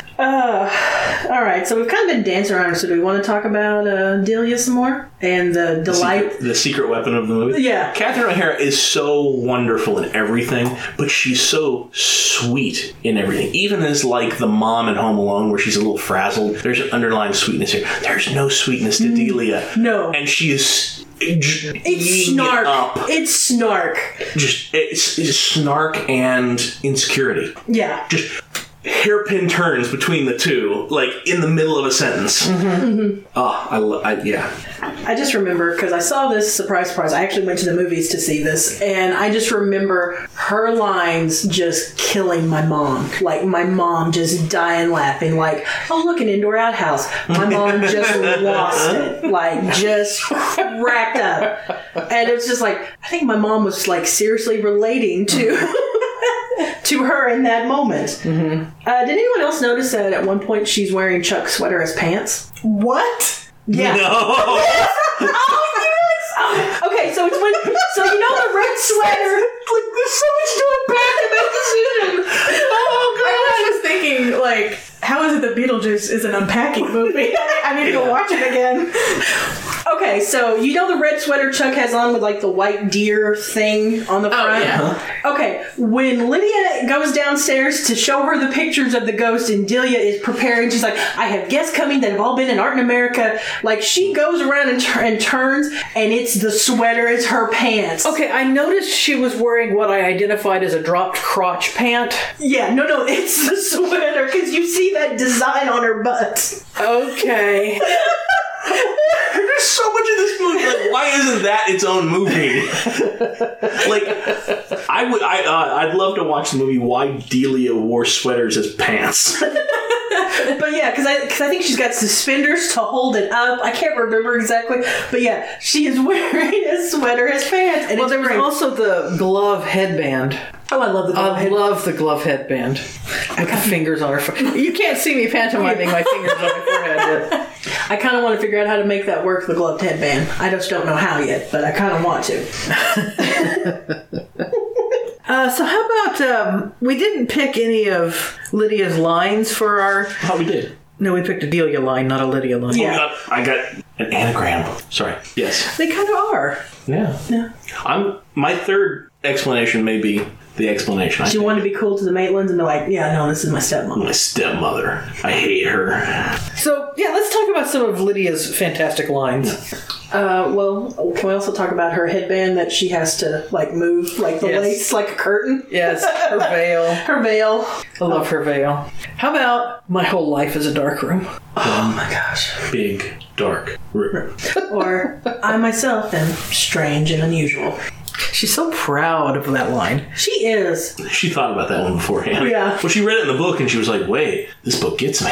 Speaker 2: All right, so we've kind of been dancing around. So do we want to talk about uh, Delia some more and the delight?
Speaker 5: Secret, the secret weapon of the movie.
Speaker 2: Yeah.
Speaker 5: Catherine O'Hara is so wonderful in everything, but she's so sweet in everything. Even as like the mom in Home Alone, where she's a little frazzled, there's an underlying sweetness here. There's no sweetness to Delia.
Speaker 2: Mm, No.
Speaker 5: and she is.
Speaker 2: It's
Speaker 5: It's
Speaker 2: snark.
Speaker 5: Up.
Speaker 2: It's snark.
Speaker 5: Just it's, it's snark and insecurity.
Speaker 2: Yeah.
Speaker 5: just hairpin turns between the two, like in the middle of a sentence.
Speaker 2: Mm-hmm.
Speaker 5: Oh, I, lo- I yeah.
Speaker 2: I just remember because I saw this surprise, surprise. I actually went to the movies to see this, and I just remember her lines just killing my mom. Like my mom just dying laughing. Like, oh look, an indoor outhouse. My mom just lost it. Like just cracked up, and it's just like I think my mom was like seriously relating to. To her in that moment. Uh, did anyone else notice that at one point she's wearing Chuck's sweater as pants?
Speaker 3: what?
Speaker 2: Yeah.
Speaker 5: No.
Speaker 2: Okay, so it's when so you know the red sweater. Like there's so much to unpack in that decision.
Speaker 3: I was just thinking like. How is it that Beetlejuice is an unpacking movie? I need to go watch it again.
Speaker 2: Okay, so you know the red sweater Chuck has on with like the white deer thing on the front.
Speaker 3: yeah.
Speaker 2: Okay, when Lydia goes downstairs to show her the pictures of the ghost, and Delia is preparing, she's like, "I have guests coming that have all been in Art in America." Like she goes around and, tur- and turns, and it's the sweater, it's her pants.
Speaker 4: Okay, I noticed she was wearing what I identified as a dropped crotch pant.
Speaker 2: Yeah, no, no, it's the sweater because you see that design on her butt.
Speaker 4: Okay.
Speaker 5: There's so much of this movie. Like, why isn't that its own movie? like, I would. I uh, I'd love to watch the movie. Why Delia wore sweaters as pants?
Speaker 2: But yeah, because I, cause I think she's got suspenders to hold it up. I can't remember exactly. But yeah, she is wearing a sweater as pants. And
Speaker 4: Well,
Speaker 2: it's
Speaker 4: there was
Speaker 2: great.
Speaker 4: also the glove headband.
Speaker 2: Oh, I love the glove
Speaker 4: I
Speaker 2: head.
Speaker 4: love the glove headband. I got fingers on her forehead. You can't see me pantomiming my fingers on my forehead, but
Speaker 2: I kind of want to figure out how to make that work, the gloved headband. I just don't know how yet, but I kind of want to.
Speaker 4: Uh, so how about um, we didn't pick any of Lydia's lines for our?
Speaker 5: How Oh, we did.
Speaker 4: No, we picked a Delia line, not a Lydia line.
Speaker 2: Yeah.
Speaker 5: I got, I got an anagram. Sorry. Yes.
Speaker 4: They kind of are.
Speaker 5: Yeah.
Speaker 2: Yeah.
Speaker 5: I'm. My third explanation may be the explanation. I
Speaker 2: Do you want to be cool to the Maitlands and be like, yeah, no, this is my stepmom?
Speaker 5: my stepmother. I hate her.
Speaker 4: So yeah, let's talk about some of Lydia's fantastic lines.
Speaker 2: Uh, well, can we also talk about her headband that she has to, like, move, like the
Speaker 4: Yes.
Speaker 2: lace, like a curtain?
Speaker 4: Yes, her veil.
Speaker 2: Her veil.
Speaker 4: I love her veil. How about my whole life is a dark room?
Speaker 2: Oh my gosh.
Speaker 5: Big dark room.
Speaker 2: Or, I myself am strange and unusual.
Speaker 4: She's so proud of that line.
Speaker 2: She is.
Speaker 5: She thought about that one beforehand.
Speaker 2: Yeah.
Speaker 5: Well, she read it in the book and she was like, wait, this book gets me.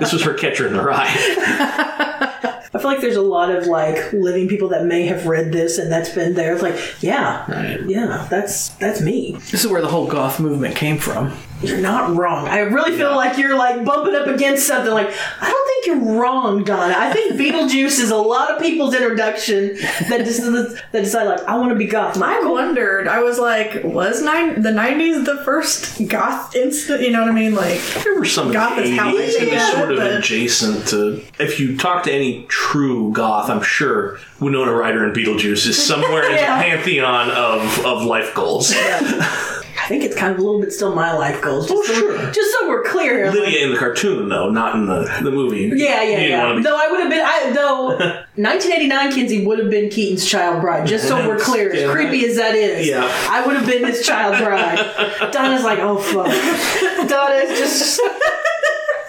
Speaker 5: this was her catcher in the rye.
Speaker 2: I feel feel like there's a lot of like living people that may have read this and that's been there. It's like, yeah,
Speaker 5: Right.
Speaker 2: yeah, that's that's me.
Speaker 4: This is where the whole goth movement came from.
Speaker 2: You're not wrong. I really feel like you're like bumping up against something. Like, I don't think you're wrong, Donna. I think Beetlejuice is a lot of people's introduction that just that decide like I want to be goth. My
Speaker 3: I wondered. I was like, was nine the '90s the first goth instant? You know what I mean? Like,
Speaker 5: There were some
Speaker 3: Goth
Speaker 5: goth
Speaker 3: is how we
Speaker 5: eighties that
Speaker 3: got
Speaker 5: was sort
Speaker 3: it,
Speaker 5: of
Speaker 3: but-
Speaker 5: adjacent to. If you talk to any true goth, I'm sure Winona Ryder and Beetlejuice is somewhere
Speaker 2: Yeah.
Speaker 5: in the pantheon of, of life goals.
Speaker 2: I think it's kind of a little bit still my life goals. Just
Speaker 5: Oh,
Speaker 2: so,
Speaker 5: sure.
Speaker 2: Just so we're clear here.
Speaker 5: Lydia in the cartoon, though, not in the, the movie.
Speaker 2: Yeah,
Speaker 5: You
Speaker 2: yeah,
Speaker 5: didn't
Speaker 2: yeah.
Speaker 5: wanna be-
Speaker 2: Though I would have been, I, though 1989 Kinsey would have been Keaton's child bride. Just so we're clear, as
Speaker 5: Yeah.
Speaker 2: creepy as that is,
Speaker 5: Yeah.
Speaker 2: I would have been his child bride. Donna's like, oh fuck. Donna's just.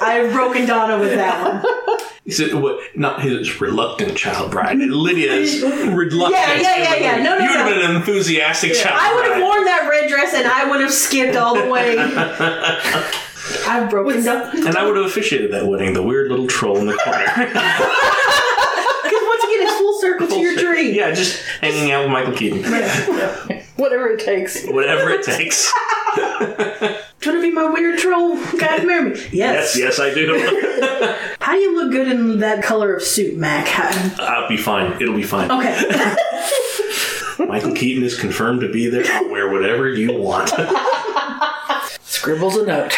Speaker 2: I've broken Donna with that one.
Speaker 5: Is it what? Not his reluctant child bride. Lydia's reluctant.
Speaker 2: Yeah, yeah, yeah, yeah. No, no,
Speaker 5: You would have
Speaker 2: no.
Speaker 5: been an enthusiastic child.
Speaker 2: I would have
Speaker 5: bride.
Speaker 2: worn that red dress and I would have skipped all the way. I've broken Donna.
Speaker 5: and I would have officiated that wedding. The weird little troll in the corner.
Speaker 2: Because once again, it's full circle to your dream.
Speaker 5: yeah, just hanging out with Michael Keaton.
Speaker 2: Whatever it takes. Do
Speaker 5: Whatever it takes.
Speaker 2: you want to be my weird troll guy to marry me? Yes.
Speaker 5: Yes, yes, I do.
Speaker 2: How do you look good in that color of suit, Mac? How-
Speaker 5: I'll be fine. It'll be fine.
Speaker 2: okay.
Speaker 5: Michael Keaton is confirmed to be there. I'll wear whatever you want.
Speaker 4: Scribbles a note.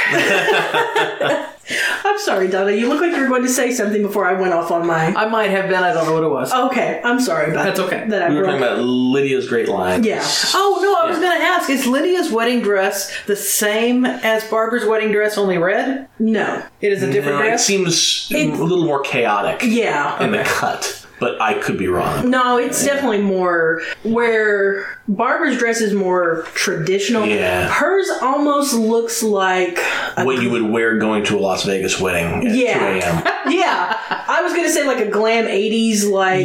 Speaker 2: I'm sorry, Donna. You look like you were going to say something before I went off on my.
Speaker 4: I might have been. I don't know what it was.
Speaker 2: Okay, I'm sorry about
Speaker 4: That's okay.
Speaker 2: that. I
Speaker 5: we were
Speaker 2: broke.
Speaker 5: talking about Lydia's great line.
Speaker 2: yeah.
Speaker 4: Oh no, I was
Speaker 5: Yeah.
Speaker 4: going to ask. Is Lydia's wedding dress the same as Barbara's wedding dress, only red?
Speaker 2: No.
Speaker 4: It is a different
Speaker 5: No, it
Speaker 4: dress.
Speaker 5: seems a little more chaotic
Speaker 2: Yeah.
Speaker 5: in the cut, but I could be wrong.
Speaker 2: No, it's definitely more where Barbara's dress is more traditional.
Speaker 5: Yeah.
Speaker 2: Hers almost looks like.
Speaker 5: What you would wear going to a Las Vegas wedding at
Speaker 2: Yeah.
Speaker 5: 2 a.m.
Speaker 2: Yeah. I was going to say like a glam 80s, like.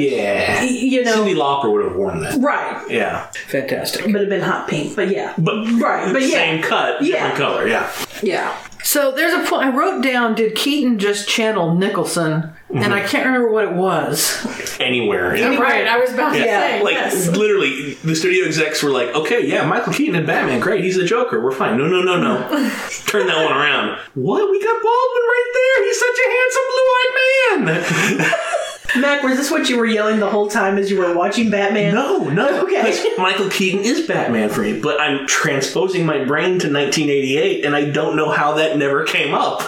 Speaker 5: Yeah.
Speaker 2: y- You know.
Speaker 5: Cindy Lauper would have worn that.
Speaker 2: Right.
Speaker 5: Yeah.
Speaker 4: Fantastic.
Speaker 2: But it'd been hot pink. But yeah.
Speaker 5: But
Speaker 2: Right, but yeah.
Speaker 5: same cut,
Speaker 2: Yeah.
Speaker 5: different color, yeah.
Speaker 2: Yeah.
Speaker 4: So there's a point I wrote down. Did Keaton just channel Nicholson? And I can't remember what it was.
Speaker 5: Anywhere. Yeah.
Speaker 3: right? I was about to
Speaker 2: Yeah,
Speaker 3: say,
Speaker 5: Like
Speaker 3: yes.
Speaker 5: literally, the studio execs were like, "Okay, yeah, Michael Keaton and Batman, great. He's the Joker. We're fine. No, no, no, no. Turn that one around. What? We got Baldwin right there. He's such a handsome blue-eyed man.
Speaker 2: Mac, was this what you were yelling the whole time as you were watching Batman?
Speaker 5: No, no.
Speaker 2: Okay.
Speaker 5: Because Michael Keaton is Batman for me, but I'm transposing my brain to 1988, and I don't know how that never came up.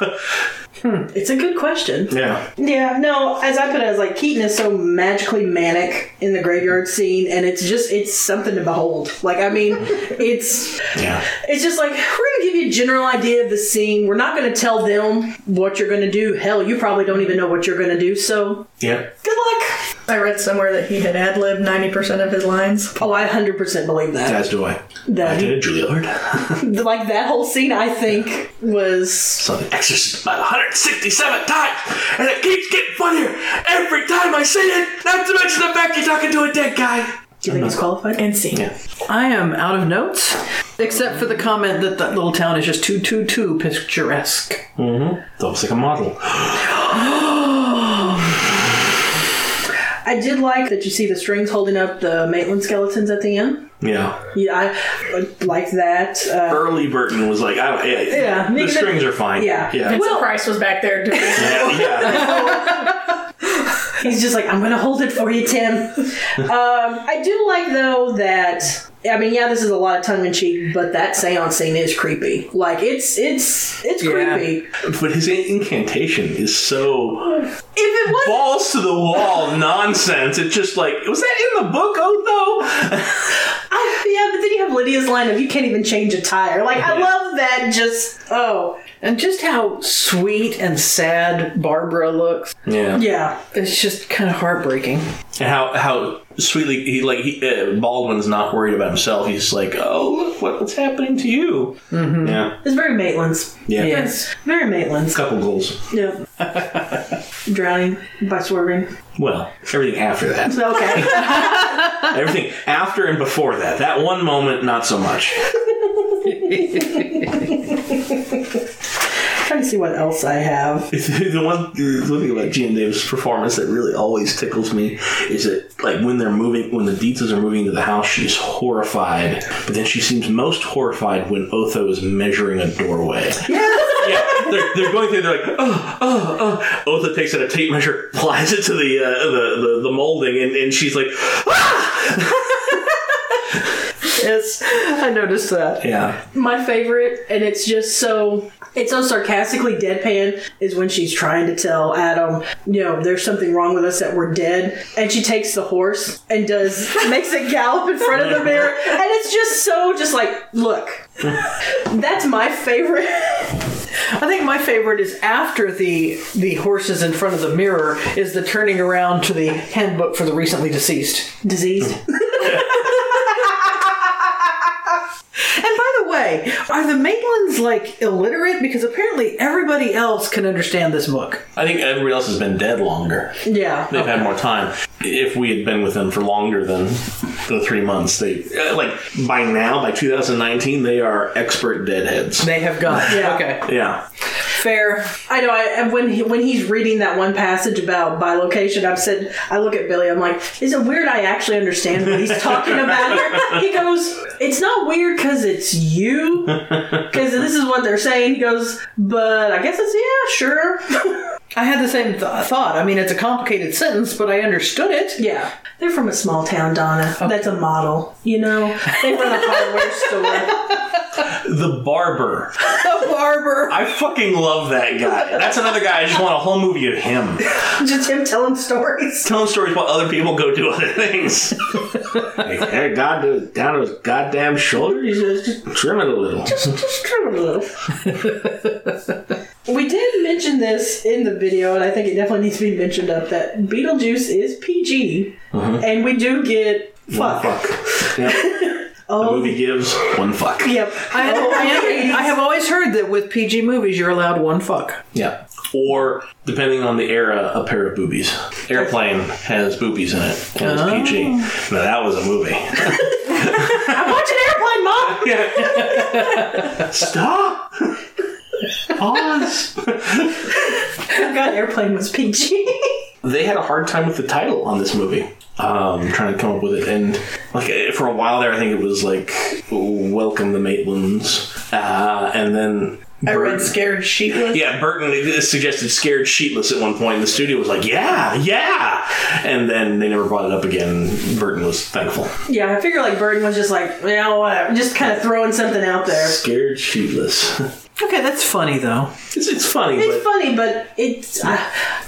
Speaker 2: It's a good question.
Speaker 5: Yeah.
Speaker 2: Yeah, no, as I put it, I was like, Keaton is so magically manic in the graveyard scene, and it's just, it's something to behold. Like, I mean, it's,
Speaker 5: Yeah.
Speaker 2: it's just like, we're going to give you a general idea of the scene. We're not going to tell them what you're going to do. Hell, you probably don't even know what you're going to do, so
Speaker 5: Yeah.
Speaker 2: good luck.
Speaker 3: I read somewhere that he had ad libbed ninety percent of his lines.
Speaker 2: Oh, I 100% believe that.
Speaker 5: As do I. I
Speaker 2: that
Speaker 5: did a Juilliard.
Speaker 2: like, that whole scene, I think, was.
Speaker 5: Saw the Exorcist about 167 times, and it keeps getting funnier every time I see it. Not to mention the fact you're talking to a dead guy.
Speaker 2: Do you think it's qualified?
Speaker 3: And scene.
Speaker 4: I am out of notes, except for the comment that that little town is just too too too picturesque.
Speaker 5: It's almost like a model.
Speaker 2: I did like that you see the strings holding up the Maitland skeletons at the end.
Speaker 5: Yeah.
Speaker 2: Yeah, I like that. Uh,
Speaker 5: Early Burton was like, I don't. Yeah.
Speaker 2: Yeah.
Speaker 5: The strings are fine.
Speaker 2: Yeah.
Speaker 5: Yeah.
Speaker 3: Vincent Price was back there doing
Speaker 5: yeah, yeah.
Speaker 2: he's just like, I'm going to hold it for you, Tim. um, I do like, though, that. I mean, yeah, this is a lot of tongue in cheek, but that seance scene is creepy. Like, it's it's it's
Speaker 4: Yeah.
Speaker 2: creepy.
Speaker 5: But his incantation is so
Speaker 2: If it was,
Speaker 5: balls to the wall nonsense. It's just like, was that in the book, Otho?
Speaker 2: I, yeah, but then you have Lydia's line of you can't even change a tire. Like, I
Speaker 5: Yeah.
Speaker 2: love that. Just oh
Speaker 4: And just how sweet and sad Barbara looks.
Speaker 5: Yeah.
Speaker 2: yeah,
Speaker 4: It's just kind of heartbreaking.
Speaker 5: And how how sweetly he like he, uh, Baldwin's not worried about himself. He's like, oh, look what, what's happening to you? Mm-hmm. Yeah.
Speaker 2: it's very Maitland's.
Speaker 5: Yeah.
Speaker 4: Yes.
Speaker 2: Very Maitland's.
Speaker 5: Couple goals.
Speaker 2: Yeah. Drowning by swerving.
Speaker 5: Well, everything after that.
Speaker 2: Okay.
Speaker 5: everything after and before that. That one moment, not so much.
Speaker 2: trying to see what else I have.
Speaker 5: the one thing about Gina Davis' performance that really always tickles me is that, like, when they're moving, when the Dietzes are moving into the house, she's horrified. But then she seems most horrified when Otho is measuring a doorway. yeah, they're, they're going through. They're like, oh, oh, oh. Otho takes out a tape measure, applies it to the uh, the, the the molding, and, and she's like,
Speaker 4: Yes, I noticed that.
Speaker 5: yeah,
Speaker 2: My favorite, and it's just so it's so sarcastically deadpan, is when she's trying to tell Adam, you know, there's something wrong with us that we're dead, and she takes the horse and does makes it gallop in front of the mirror, and it's just so just like look, that's my favorite.
Speaker 4: I think my favorite is after the the horses in front of the mirror is the turning around to the handbook for the recently deceased.
Speaker 2: Diseased.
Speaker 4: And by the way, are the Maitlands like illiterate? Because apparently everybody else can understand this book.
Speaker 5: I think everybody else has been dead longer.
Speaker 2: Yeah.
Speaker 5: They've had more time. If we had been with them for longer than the three months, they uh, like by now, by 2019, they are expert deadheads.
Speaker 4: They have gone.
Speaker 2: Yeah.
Speaker 4: Okay.
Speaker 5: yeah,
Speaker 4: Fair.
Speaker 2: I know. I, and when he, when he's reading that one passage about bilocation, I've said I look at Billy. I'm like, is it weird? I actually understand what he's talking about here. He goes, it's not weird because it's you, because this is what they're saying. He goes, but I guess it's yeah, sure,
Speaker 4: I had the same th- thought. I mean, it's a complicated sentence, but I understood it.
Speaker 2: yeah. They're from a small town, Donna. That's a model, you know. They run a hardware store.
Speaker 5: the barber.
Speaker 4: The barber.
Speaker 5: I fucking love that guy. That's another guy. I just want a whole movie of him
Speaker 2: Just him telling stories.
Speaker 5: telling stories while other people go do other things. like, hey, God, do- down to his goddamn shoulder. He says, just trim it a little.
Speaker 2: just trim it a little. we did mention this in the video, and I think it definitely needs to be mentioned up that Beetlejuice is PG, and we do get
Speaker 5: One
Speaker 2: fuck.
Speaker 5: fuck. Yep. The movie gives one fuck.
Speaker 2: Yep.
Speaker 4: I have, I have- I have always heard that with PG movies, you're allowed one fuck.
Speaker 5: Yeah. Or, depending on the era, a pair of boobies. Airplane has boobies in it, and it's PG. Now, that was a movie.
Speaker 2: I'm watching Airplane, Mom!
Speaker 5: Stop! Pause!
Speaker 2: I forgot Airplane was PG.
Speaker 5: They had a hard time with the title on this movie. Um, trying to come up with it, and like eh, for a while there, I think it was like "Welcome the Maitlands," uh, and then
Speaker 3: I read
Speaker 5: Burton-
Speaker 3: Scared Sheetless.
Speaker 5: Yeah, Burton suggested "Scared Sheetless" at one point, and the studio was like, "Yeah, yeah," and then they never brought it up again. Burton was thankful.
Speaker 2: yeah, I figure like Burton was just like, you know, whatever. Just kind of throwing something out there.
Speaker 5: Scared sheetless.
Speaker 4: Okay, that's funny though.
Speaker 5: It's, it's funny,
Speaker 2: It's
Speaker 5: but
Speaker 2: funny, but it's. I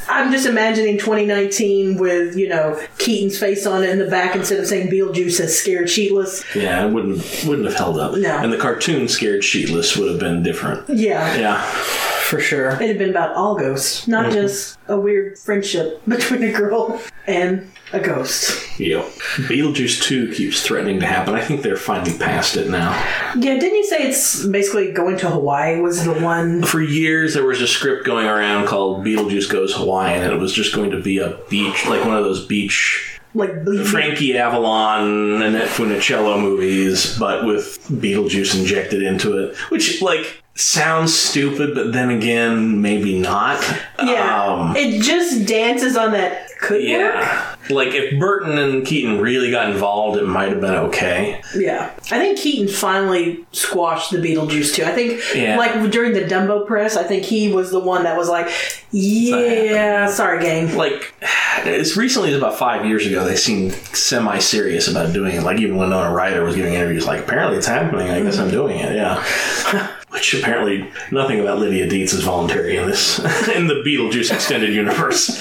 Speaker 2: I'm just imagining 2019 with, you know, Keaton's face on it in the back instead of saying Beetlejuice as scared cheatless.
Speaker 5: yeah, it wouldn't wouldn't have held up.
Speaker 2: No.
Speaker 5: And the cartoon Scared Sheetless would have been different.
Speaker 2: Yeah.
Speaker 5: Yeah.
Speaker 4: For sure.
Speaker 2: It'd have been about all ghosts, not
Speaker 5: Mm-hmm.
Speaker 2: just a weird friendship between a girl and a ghost.
Speaker 5: Yep. Beetlejuice 2 keeps threatening to happen. I think they're finally past it now.
Speaker 2: Yeah, didn't you say it's basically going to Hawaii was the one?
Speaker 5: For years, there was a script going around called Beetlejuice Goes Hawaii, and it was just going to be a beach, like one of those beach
Speaker 2: Like, bleeding?
Speaker 5: Frankie Avalon, Annette Funicello movies, but with Beetlejuice injected into it, which like sounds stupid, but then again, maybe not.
Speaker 2: yeah.
Speaker 5: Um,
Speaker 2: it just dances on that could work.
Speaker 5: yeah. Like if Burton and Keaton really got involved, it might have been okay.
Speaker 2: Yeah. I think Keaton finally squashed the Beetlejuice too. I think,
Speaker 5: Yeah.
Speaker 2: like, during the Dumbo press, I think he was the one that was like, yeah, sorry, game.
Speaker 5: Like as recently as about five years ago, they seemed semi-serious about doing it. Like even when Winona Ryder was giving interviews, like apparently it's happening. I guess I'm doing it. Yeah. Which apparently nothing about Lydia Dietz is voluntary in this in the Beetlejuice extended universe.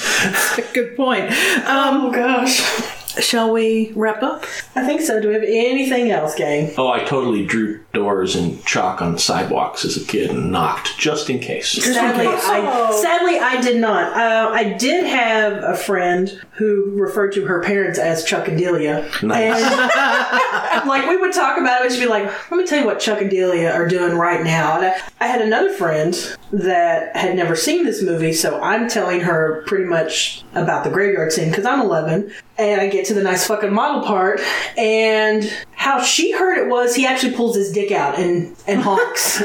Speaker 4: Good point. Um,
Speaker 2: Oh, gosh.
Speaker 4: shall we wrap up?
Speaker 2: I think so. Do we have anything else, gang?
Speaker 5: Oh, I totally drew doors and chalk on sidewalks as a kid and knocked just in case.
Speaker 2: Sadly, I, sadly, I did not. Uh, I did have a friend who referred to her parents as Chuck and Delia.
Speaker 5: Nice.
Speaker 2: And, like, we would talk about it, and she'd be like, let me tell you what Chuck and Delia are doing right now. And I, I had another friend that had never seen this movie, so I'm telling her pretty much about the graveyard scene because I'm 11. And I get to the nice fucking model part, and how she heard it was he actually pulls his dick out and, and honks.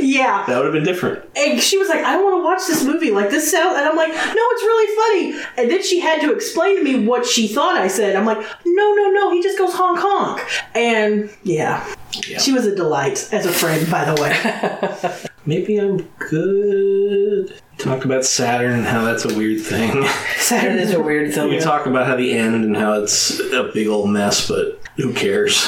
Speaker 2: yeah.
Speaker 5: That would have been different.
Speaker 2: And she was like, I want to watch this movie. Like, this sound. And I'm like, no, it's really funny. And then she had to explain to me what she thought I said. I'm like, no, no, no. He just goes honk honk. And yeah. She was a delight as a friend, by the way.
Speaker 5: Maybe I'm good. Talk about Saturn and how that's a weird thing.
Speaker 4: Saturn is a weird thing.
Speaker 5: We talk about how the end and how it's a big old mess, but who cares?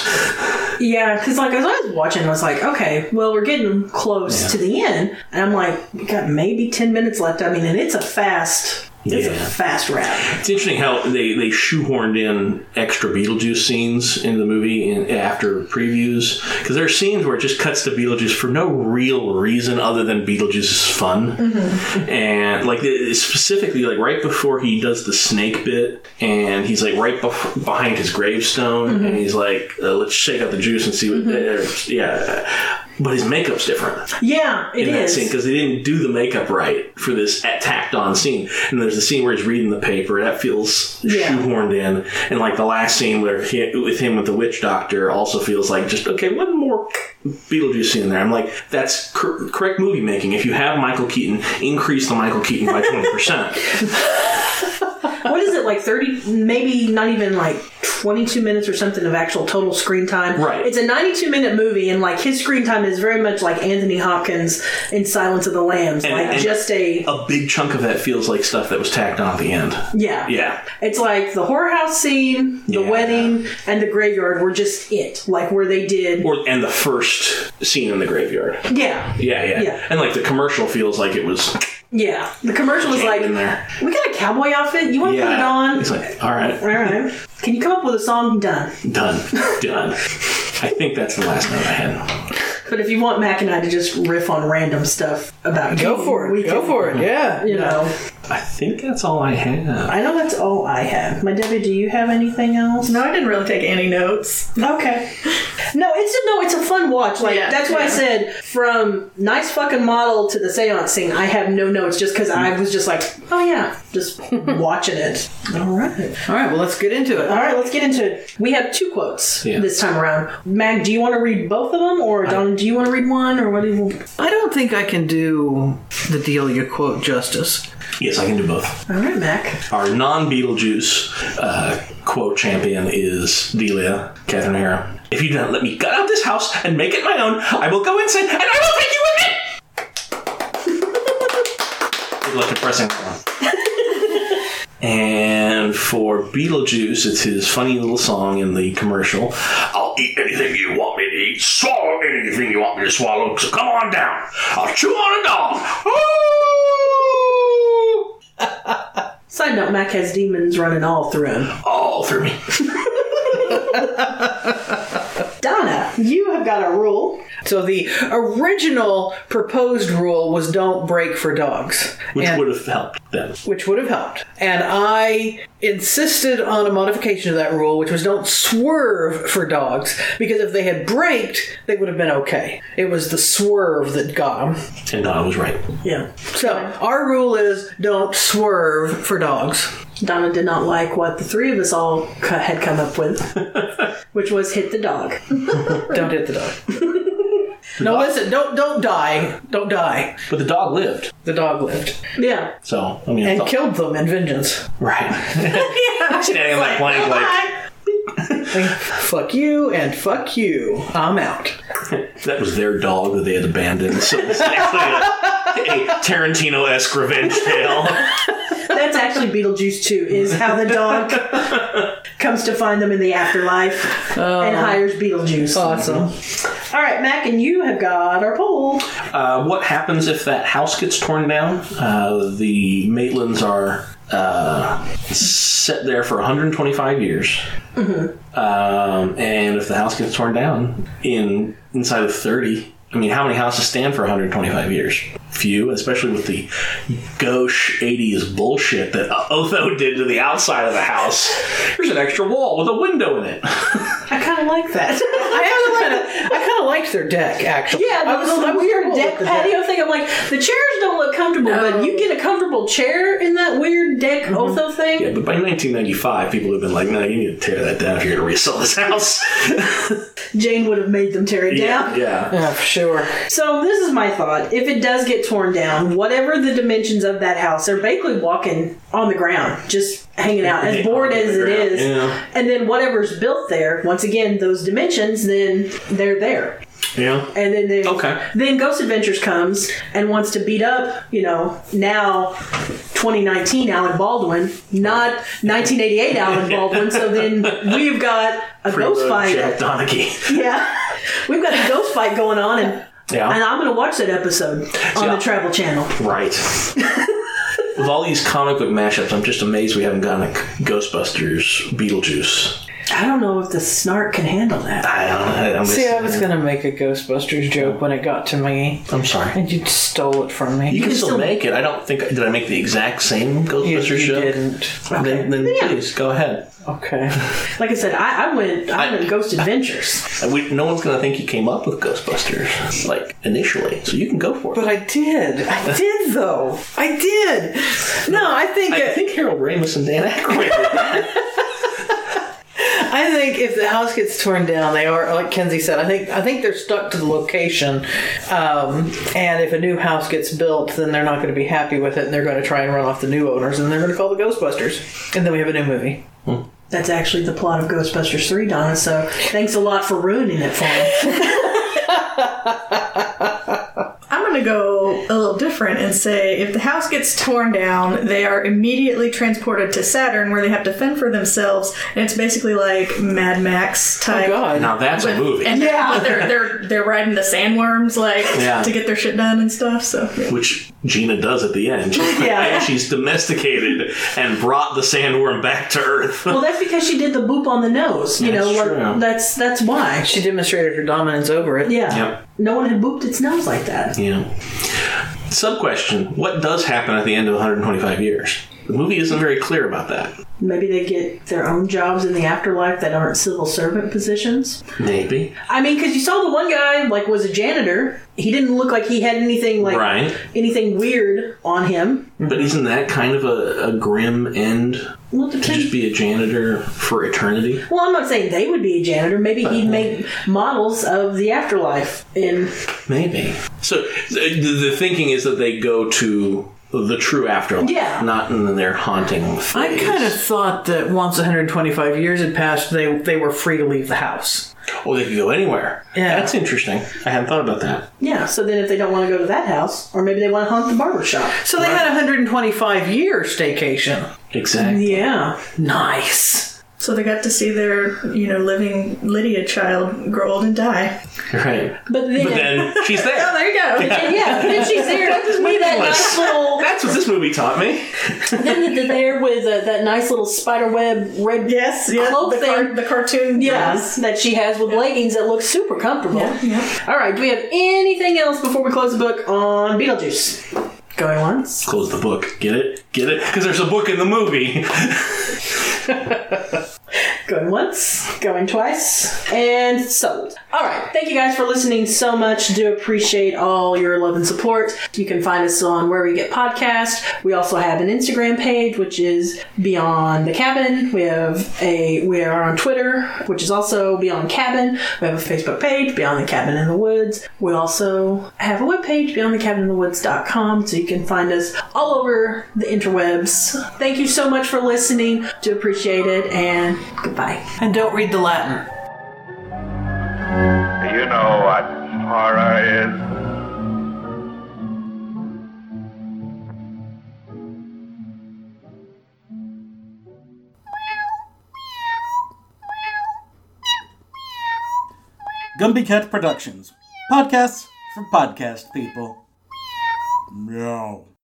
Speaker 2: yeah, because like as I was watching, I was like, okay, well, we're getting close
Speaker 5: Yeah.
Speaker 2: to the end, and I'm like, we got maybe ten minutes left. I mean, and it's a fast, it's
Speaker 5: Yeah.
Speaker 2: a fast round.
Speaker 5: It's interesting how they, they shoehorned in extra Beetlejuice scenes into the movie in, after previews. Because there are scenes where it just cuts to Beetlejuice for no real reason other than Beetlejuice is fun. And, like, the- specifically, like, right before he does the snake bit, and he's, like, right bef- behind his gravestone, and he's like, uh, let's shake out the juice and see what. uh, yeah. But his makeup's different
Speaker 2: Yeah, it
Speaker 5: in that
Speaker 2: is.
Speaker 5: scene because they didn't do the makeup right for this tacked on scene. And there's the scene where he's reading the paper that feels
Speaker 2: Yeah.
Speaker 5: shoehorned in, and like the last scene where he, with him with the witch doctor also feels like just okay, one more Beetlejuice scene there. I'm like, that's cor- correct movie making. If you have Michael Keaton, increase the Michael Keaton by twenty percent.
Speaker 2: what is it like 30 maybe not even like 22 minutes or something of actual total screen time
Speaker 5: Right.
Speaker 2: it's a 92 minute movie and like his screen time is very much like anthony hopkins in silence of the lambs like
Speaker 5: and-
Speaker 2: just a
Speaker 5: A big chunk of that feels like stuff that was tacked on at the end.
Speaker 2: yeah
Speaker 5: Yeah,
Speaker 2: it's like the whorehouse scene the
Speaker 5: Yeah.
Speaker 2: wedding and the graveyard were just it like where they did
Speaker 5: or and the first scene in the graveyard.
Speaker 2: yeah
Speaker 5: Yeah, yeah,
Speaker 2: Yeah.
Speaker 5: and like the commercial feels like it was
Speaker 2: yeah the commercial was like
Speaker 5: in there.
Speaker 2: we got a cowboy outfit you want to put it on
Speaker 5: It's like, all right,
Speaker 2: all right can you come up with a song done
Speaker 5: done, done. I think that's the last note I had.
Speaker 2: but if you want mac and i to just riff on random stuff about
Speaker 4: Go for it. Go for it. Yeah.
Speaker 2: you know
Speaker 5: I think that's all I had.
Speaker 2: I know that's all I have. My Debbie, do you have anything else?
Speaker 3: No, I didn't really take any notes.
Speaker 2: Okay. No, it's a, no, it's a fun watch. Like
Speaker 3: Yeah,
Speaker 2: that's why I
Speaker 3: yeah.
Speaker 2: said from nice fucking model to the seance scene. I have no notes just because I was just like, oh yeah, just watching it. All right.
Speaker 4: All right. Well, let's get into it.
Speaker 2: All right, let's get into it. We have two quotes
Speaker 5: Yeah.
Speaker 2: this time around. Mag, do you want to read both of them, or Don, do you want to read one, or what do you?
Speaker 4: I don't think I can do the deal you quote justice.
Speaker 5: Yes, I can do both.
Speaker 2: All right, Mac.
Speaker 5: Our non Beetlejuice uh, quote champion is Delia, Catherine O'Hara. If you do not let me gut out this house and make it my own, I will go inside and I will take you with me! Good luck impressing that one. And for Beetlejuice, it's his funny little song in the commercial. I'll eat anything you want me to eat, swallow anything you want me to swallow, so come on down. I'll chew on a dog. Ooh!
Speaker 2: Side note: Mac has demons running all through him.
Speaker 5: All through me.
Speaker 2: Donna, you have got a rule.
Speaker 4: So the original proposed rule was don't break for dogs,
Speaker 5: Which
Speaker 4: And-
Speaker 5: would have helped them.
Speaker 4: which would have helped. And I insisted on a modification of that rule, which was don't swerve for dogs, because if they had braked, they would have been okay. It was the swerve that got them.
Speaker 5: And Donna was right.
Speaker 2: Yeah.
Speaker 4: So our rule is don't swerve for dogs.
Speaker 2: Donna did not like what the three of us all c- had come up with, which was hit the dog.
Speaker 4: Don't hit the dog. no, listen. Don't don't die. Don't die.
Speaker 5: But the dog lived.
Speaker 4: The dog lived
Speaker 2: Yeah.
Speaker 5: So, I mean,
Speaker 2: Oh.
Speaker 4: and
Speaker 5: it's all-
Speaker 4: killed them in vengeance.
Speaker 5: Right. Standing like blank, like,
Speaker 4: Fuck you and fuck you. I'm out.
Speaker 5: that was their dog that they had abandoned. So it's actually a, a Tarantino esque revenge tale.
Speaker 2: That's actually Beetlejuice 2 is how the dog comes to find them in the afterlife and hires Beetlejuice.
Speaker 4: Awesome.
Speaker 2: All right, Mac, and you have got our poll.
Speaker 5: Uh, what happens if that house gets torn down? Uh, the Maitlands are uh, set there for 125 years, um, and if the house gets torn down in inside of 30, I mean, how many houses stand for 125 years? few, especially with the gauche 80s bullshit that Otho did to the outside of the house. There's an extra wall with a window in it.
Speaker 2: I kind of like that.
Speaker 4: I actually kind of, I kind of liked their deck actually.
Speaker 2: yeah,
Speaker 4: I
Speaker 2: there was
Speaker 4: I
Speaker 2: a weird
Speaker 4: cool
Speaker 2: deck
Speaker 4: with the deck.
Speaker 2: patio thing. I'm like, the chairs don't look comfortable, but you get a comfortable chair in that weird deck Otho thing.
Speaker 5: Yeah, but by 1995, people have been like, no, you need to tear that down if you're going to resell this house.
Speaker 2: Jane would have made them tear it down.
Speaker 5: yeah.
Speaker 4: Yeah, for sure.
Speaker 2: So this is my thought. If it does get torn down, whatever the dimensions of that house, they're basically walking on the ground, just hanging out, as
Speaker 5: Yeah,
Speaker 2: bored
Speaker 5: on the
Speaker 2: as it
Speaker 5: ground,
Speaker 2: is.
Speaker 5: yeah.
Speaker 2: And then whatever's built there, once again, those dimensions, then they're there.
Speaker 5: Yeah.
Speaker 2: And then there's
Speaker 5: Okay.
Speaker 2: Then Ghost Adventures comes and wants to beat up, you know, now 2019 Alan Baldwin, not 1988 Alan Baldwin. So then we've got a ghost
Speaker 5: Preload
Speaker 2: fight.
Speaker 5: Jack Donaghy.
Speaker 2: Yeah. We've got a ghost fight going on and
Speaker 5: Yeah.
Speaker 2: and I'm going to watch that episode on
Speaker 5: Oh. Yeah.
Speaker 2: the Travel Channel.
Speaker 5: Right. With all these comic book mashups, I'm just amazed we haven't gotten a Ghostbusters Beetlejuice.
Speaker 2: I don't know if the snark can handle that.
Speaker 5: I don't know. I'm,
Speaker 4: See, I
Speaker 5: just,
Speaker 4: was gonna make a Ghostbusters joke when it got to me,
Speaker 5: I'm sorry.
Speaker 4: and you stole it from me.
Speaker 5: You can
Speaker 2: can
Speaker 5: still
Speaker 2: still-
Speaker 5: make it. I don't think. Did I make the exact same
Speaker 4: You-
Speaker 5: Ghostbusters
Speaker 4: you
Speaker 5: joke?
Speaker 4: didn't.
Speaker 5: Then, then
Speaker 2: Yeah.
Speaker 5: please go ahead.
Speaker 4: Okay.
Speaker 2: Like I said, I, I went I,
Speaker 5: I-
Speaker 2: went Ghost Adventures.
Speaker 5: And Uh, we- no one's going to think you came up with Ghostbusters like initially, so you can go for it.
Speaker 4: But I did. I did, though. I did. No, I think
Speaker 5: I think Harold Ramis and Dan Aykroyd. did that.
Speaker 4: I think if the house gets torn down, they are like Kenzie said. I think I think they're stuck to the location, um, and if a new house gets built, then they're not going to be happy with it, and they're going to try and run off the new owners, and they're going to call the Ghostbusters, and then we have a new movie.
Speaker 2: That's actually the plot of Ghostbusters 3, Donna, so thanks a lot for ruining it for me.
Speaker 3: I'm gonna go a little different and say if the house gets torn down, they are immediately transported to Saturn where they have to fend for themselves, and it's basically like Mad Max
Speaker 4: Oh,
Speaker 3: type.
Speaker 5: now that's a movie.
Speaker 3: And yeah, they're they're they're riding the sandworms like
Speaker 5: Yeah.
Speaker 3: to get their shit done and stuff. So yeah.
Speaker 5: which Gina does at the end. She's,
Speaker 2: Yeah.
Speaker 5: and she's domesticated and brought the sandworm back to Earth.
Speaker 2: Well, that's because she did the boop on the nose. You know,
Speaker 5: That's
Speaker 2: like,
Speaker 5: true.
Speaker 2: that's that's why.
Speaker 4: She demonstrated her dominance over it.
Speaker 2: yeah.
Speaker 5: Yep.
Speaker 2: No one had booped its nose like that.
Speaker 5: Yeah. Sub question: What does happen at the end of 125 years? The movie isn't very clear about that.
Speaker 2: Maybe they get their own jobs in the afterlife that aren't civil servant positions.
Speaker 5: Maybe.
Speaker 2: I mean, because you saw the one guy like was a janitor. He didn't look like he had anything like
Speaker 5: Right.
Speaker 2: anything weird on him.
Speaker 5: But isn't that kind of a, a grim end to
Speaker 2: Well, it depends.
Speaker 5: just be a janitor for eternity?
Speaker 2: well, I'm not saying they would be a janitor. Maybe
Speaker 5: Uh-huh.
Speaker 2: he'd make models of the afterlife. And
Speaker 5: Maybe. So th- the, the thinking is that they go to the true afterlife,
Speaker 2: Yeah.
Speaker 5: not in their haunting.
Speaker 4: I
Speaker 5: phase.
Speaker 4: kind of thought that once 125 years had passed, they they were free to leave the house.
Speaker 5: Oh, they could go anywhere.
Speaker 4: Yeah.
Speaker 5: That's interesting. I hadn't thought about that.
Speaker 2: yeah, so then if they don't want to go to that house, or maybe they want to haunt the barber shop.
Speaker 4: So they had a 125 year staycation.
Speaker 5: Exactly.
Speaker 2: Yeah,
Speaker 4: Nice.
Speaker 3: so they got to see their you know living Lydia child grow old and die.
Speaker 5: Right.
Speaker 2: but then,
Speaker 5: But then she's
Speaker 3: Oh,
Speaker 5: there.
Speaker 3: there you go.
Speaker 2: yeah, then she's there with that nice little.
Speaker 5: That's what this movie taught me.
Speaker 2: Then they're there with uh, that nice little spider web red
Speaker 3: Yes, yeah,
Speaker 2: cloak
Speaker 3: the,
Speaker 2: thing.
Speaker 3: car- the cartoon.
Speaker 2: Yes, that she has with leggings that look super comfortable.
Speaker 3: yeah.
Speaker 2: All right, do we have anything else before we close the book on Beetlejuice? Going once.
Speaker 5: Close the book. Get it? Get it? Because there's a book in the movie.
Speaker 2: Going once, going twice, and sold. All right, thank you guys for listening so much. Do appreciate all your love and support. You can find us on where we get podcasts. We also have an Instagram page, which is Beyond the Cabin. We have a we are on Twitter, which is also Beyond Cabin. We have a Facebook page, Beyond the Cabin in the Woods. We also have a webpage, beyondthecabininthe.woods.com, so you can find us all over the interwebs. Thank you so much for listening. Do appreciate it, and goodbye.
Speaker 4: And don't read the Latin.
Speaker 1: You know what horror is.
Speaker 6: Gumby Cat Productions. Podcasts for podcast people. Meow.